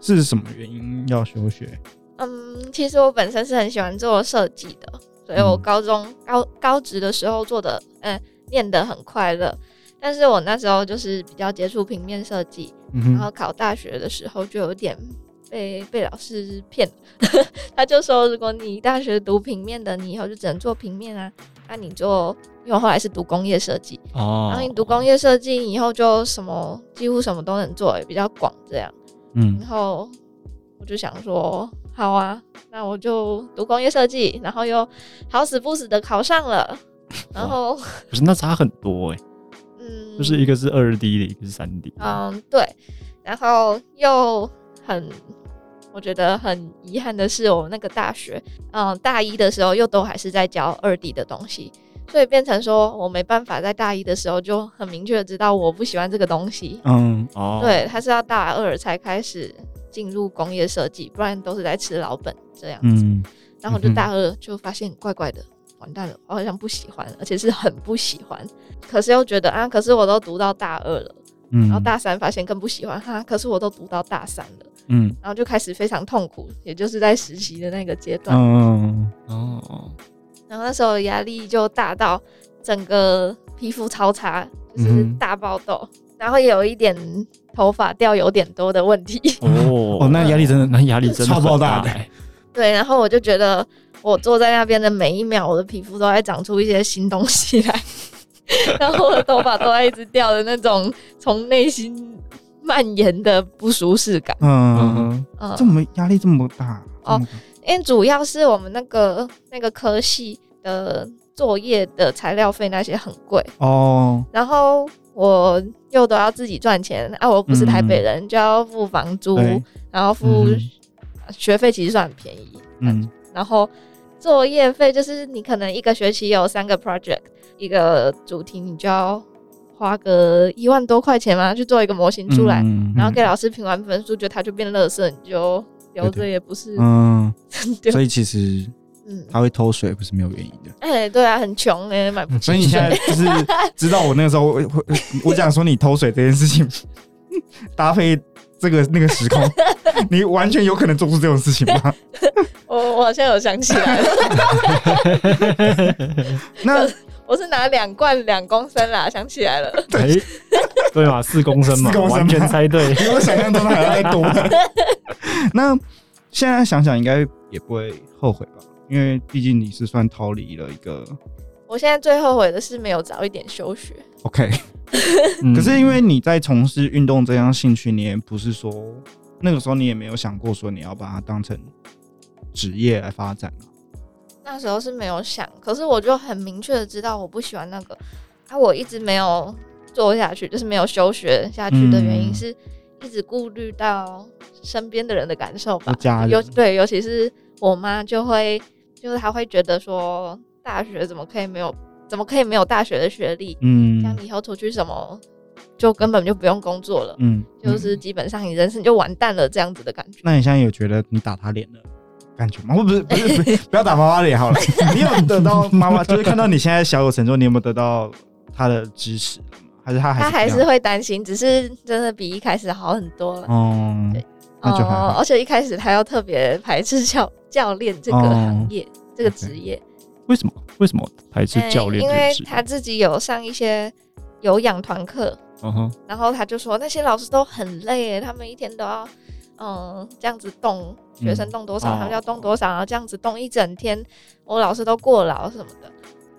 S1: 是什么原因要休学？
S3: 嗯，其实我本身是很喜欢做设计的，所以我
S1: 嗯
S3: 高中、高高职的时候做的，嗯、念得很快乐。但是我那时候就是比较接触平面设计，
S1: 嗯
S3: 然，后考大学的时候就有点被被老师骗了， 他就说如果你大学读平面的，你以后就只能做平面啊，那、你做，因为我后来是读工业设计，
S2: 哦
S3: 然后你读工业设计你以后就什么几乎什么都能做，也比较广这样。
S1: 嗯
S3: 然后我就想说，好啊，那我就读工业设计，然后又好死不死的考 上了，然后
S2: 可是那差很多哎、
S3: 嗯，
S2: 就是一个是二 D 的，一个是三 D。
S3: 嗯对，然后又很。我觉得很遗憾的是，我那个大学，嗯，大一的时候又都还是在教二 D 的东西，所以变成说我没办法在大一的时候就很明确的知道我不喜欢这个东西。
S1: 嗯，
S2: 哦，
S3: 对，他是要大二才开始进入工业设计，不然都是在吃老本这样子。
S1: 嗯
S3: 然后我就大二就发现怪怪的，完蛋了，我好像不喜欢，而且是很不喜欢。可是又觉得啊，可是我都读到大二了，
S1: 嗯，
S3: 然后大三发现更不喜欢哈、可是我都读到大三了，
S1: 嗯
S3: 然后就开始非常痛苦，也就是在实习的那个阶段。
S1: 嗯
S2: 哦，
S3: 然后那时候的压力就大到整个皮肤超差，就是
S1: 嗯哼
S3: 大爆痘，然后也有一点头发掉有点多的问题。
S2: 哦，
S1: 哦，那压力真的
S2: 那压力真的
S1: 超爆
S2: 很
S1: 大
S2: 大
S1: 的
S2: 欸
S3: 对，然后我就觉得我坐在那边的每一秒，我的皮肤都在长出一些新东西来，然后我的头发都在一直掉的那种从内心蔓延的不舒适感。
S2: 嗯
S1: 嗯，
S2: 哼，
S3: 嗯
S1: 这，么压力这么大
S3: 哦，
S1: 这么大
S3: 因为主要是我们那个那个科系的作业的材料费那些很贵，
S1: 哦，
S3: 然后我又都要自己赚钱啊，我不是台北人，就要付房租，
S1: 嗯对，
S3: 然后付
S1: 嗯
S3: 学费，其实算很便宜，
S1: 嗯
S3: 然后作业费就是你可能一个学期有三个 project，一个主题你就要花个一万多块钱嘛，去做一个模型出来，
S1: 嗯
S3: 然后给老师评完分数，就它就变垃圾，你就留着也不是，
S1: 嗯，
S3: 对
S1: 所以其实
S3: 嗯，
S1: 他会偷水不是没有原因的。
S3: 哎，对啊，很穷哎、买不
S1: 嗯所以
S3: 起
S1: 你现 在就
S3: 水，
S1: 是知道我那个时候会会，我讲说你偷水这件事情， 搭配这个那个时空， 你完全有可能做出这种事情吗？
S3: 我 我好像有想起来了，
S1: 那
S3: 我是拿两罐两公升啦，想起来了，
S2: 哎，对嘛，四公升嘛
S1: 四公，升嘛
S2: 完全 猜对。
S1: 比我想象中的还要再多。 那现在想想应该也不会后悔吧，因为毕竟你是算逃离了一个
S3: 我现在最后悔的是没有早一点休学，
S1: OK，
S2: 嗯
S1: 可是因为你在从事运动这项兴趣，你也不是说那个时候你也没有想过说你要把它当成职业来发展啊
S3: 那时候是没有想，可是我就很明确的知道我不喜欢那个，啊，我一直没有做下去，就是没有休学下去的原因
S1: 嗯
S3: 是，一直顾虑到身边的人的感受吧
S1: 就，家人
S3: 尤对，尤其是我妈就会，就是她会觉得说，大学怎么可以没有，怎么可以没有大学的学历？
S1: 嗯
S3: 这样你以后出去什么，就根本就不用工作了，
S1: 嗯，
S3: 就是基本上你人生就完蛋了这样子的感觉。
S1: 那你现在有觉得你打他脸了，感觉 吗？我不是不是不是不要打妈妈脸 好了。你有得到妈妈，就是看到你现在小有成就，你有没有得到她的支持？还是她还
S3: 他
S1: 是
S3: 还
S1: 不
S3: 是
S1: 要
S3: 会担心，只是真的比一开始好很多了。
S1: 嗯
S3: 对
S1: 那就还好
S3: 哦，而且一开始他要特别排斥教教练这个
S1: 哦
S3: 行业、这个职业，
S2: 为什么为什么排斥教练
S3: 哎
S2: 这
S3: 因为
S2: 个职业？
S3: 他自己有上一些有氧团课，
S2: 嗯哼，
S3: 然后他就说那些老师都很累耶，他们一天都要嗯这样子动学生动多少，
S1: 哦
S3: 他们要动多少，然后这样子动一整天，我老师都过劳什么的。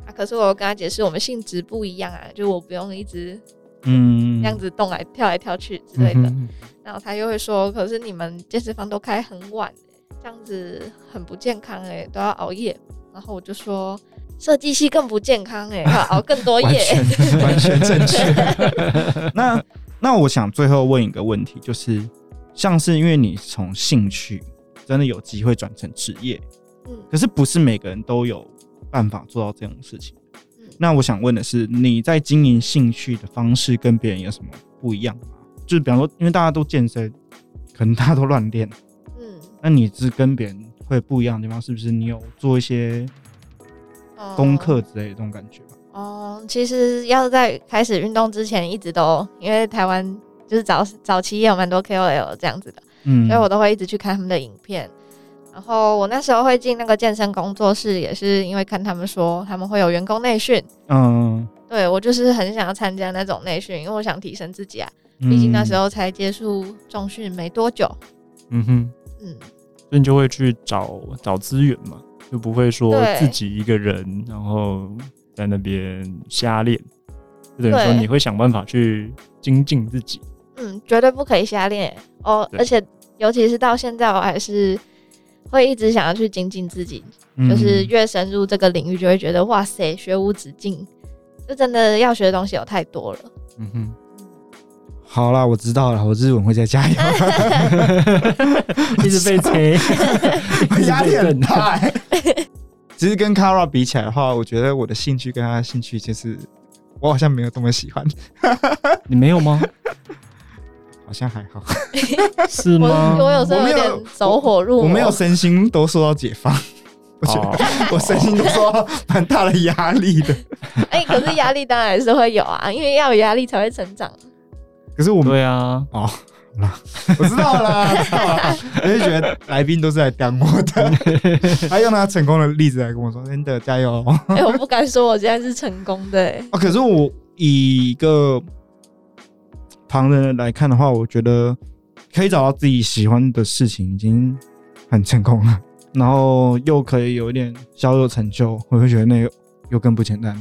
S3: 啊，可是我跟他解释，我们性质不一样啊，就我不用一直
S1: 嗯
S3: 这样子动来跳来跳去之类的。
S1: 嗯
S3: 然后他又会说，可是你们健身房都开很晚、欸这样子很不健康哎、都要熬夜。然后我就说，设计系更不健康哎、要熬更多
S1: 完
S3: 夜。
S1: 全完全正确。 那那我想最后问一个问题，就是像是因为你从兴趣真的有机会转成职业，
S3: 嗯
S1: 可是不是每个人都有办法做到这种事情。
S3: 嗯
S1: 那我想问的是，你在经营兴趣的方式跟别人有什么不一样吗？就是比方说，因为大家都健身，可能大家都乱练，
S3: 嗯
S1: 那你是跟别人会不一样的地方，是不是？你有做一些
S3: 哦
S1: 功课之类的这种感觉吧？
S3: 哦，其实要在开始运动之前，一直都因为台湾就是早早期也有蛮多 KOL 这样子的，
S1: 嗯，
S3: 所以我都会一直去看他们的影片。然后我那时候会进那个健身工作室，也是因为看他们说他们会有员工内训，
S1: 嗯，
S3: 对我就是很想要参加那种内训，因为我想提升自己啊。
S1: 毕
S3: 毕竟那时，候才接触重训没多久，
S1: 嗯哼，
S3: 嗯，
S2: 所以你就会去找找资源嘛，就不会说
S3: 对
S2: 自己一个人，然后在那边瞎练，就等于说
S3: 对
S2: 你会想办法去精进自 己。
S3: 嗯，绝对不可以瞎练哦。
S2: 对
S3: 而且尤其是到现在，我还是会一直想要去精进自己，
S1: 嗯
S3: 就是越深入这个领域，就会觉得哇塞，学无止境，就真的要学的东西有太多了。
S1: 嗯哼。好啦，我知道了，我日文会再加油。
S2: 一直被 催，
S1: 压力很大、欸。 其实跟 Kara 比起来的话，我觉得我的兴趣跟他的兴趣，就是我好像没有这么喜欢，
S2: 你没有吗？
S1: 好像还好，
S2: 是
S3: 我
S2: 吗？
S3: 我有时候
S1: 我没
S3: 有
S1: 有
S3: 点走火入魔，
S1: 我没有身心都受到解放， 我觉得
S2: 哦
S1: 我身心都受到蛮大的压力的。
S3: 哎、可是压力当然是会有啊，因为要有压力才会成长。
S1: 可是我们
S2: 对啊，
S1: 我知道啦，知道啦，我就觉得来宾都是来当我 的，他用他成功的例子来跟我说，真的加油哦。
S3: 哎、我不敢说我现在是成功的、 哎
S1: 啊，可是我以一个旁人来看的话，我觉得可以找到自己喜欢的事情已经很成功了，然后又可以有一点小有成就，我会觉得那个又更不简单。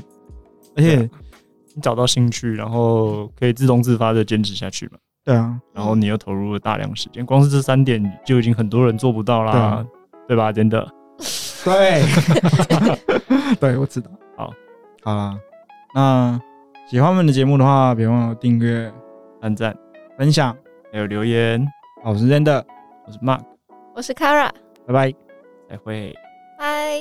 S1: 而且，
S2: 你找到兴趣，然后可以自动自发的坚持下去嘛。
S3: 嗯
S1: 对啊，
S2: 然后你又投入了大量时间，光是这三点就已经很多人做不到啦，
S1: 对啊
S2: 对吧？真的，
S1: 对， 对，我知道。
S2: 好，
S1: 好啦，那喜欢我们的节目的话，别忘了订阅、
S2: 按赞
S1: 分享。
S2: 还有留言，
S1: 好，我是真的，
S2: 我是 Mark，
S3: 我是 Kara，
S1: 拜拜。
S2: 再会。
S3: 拜。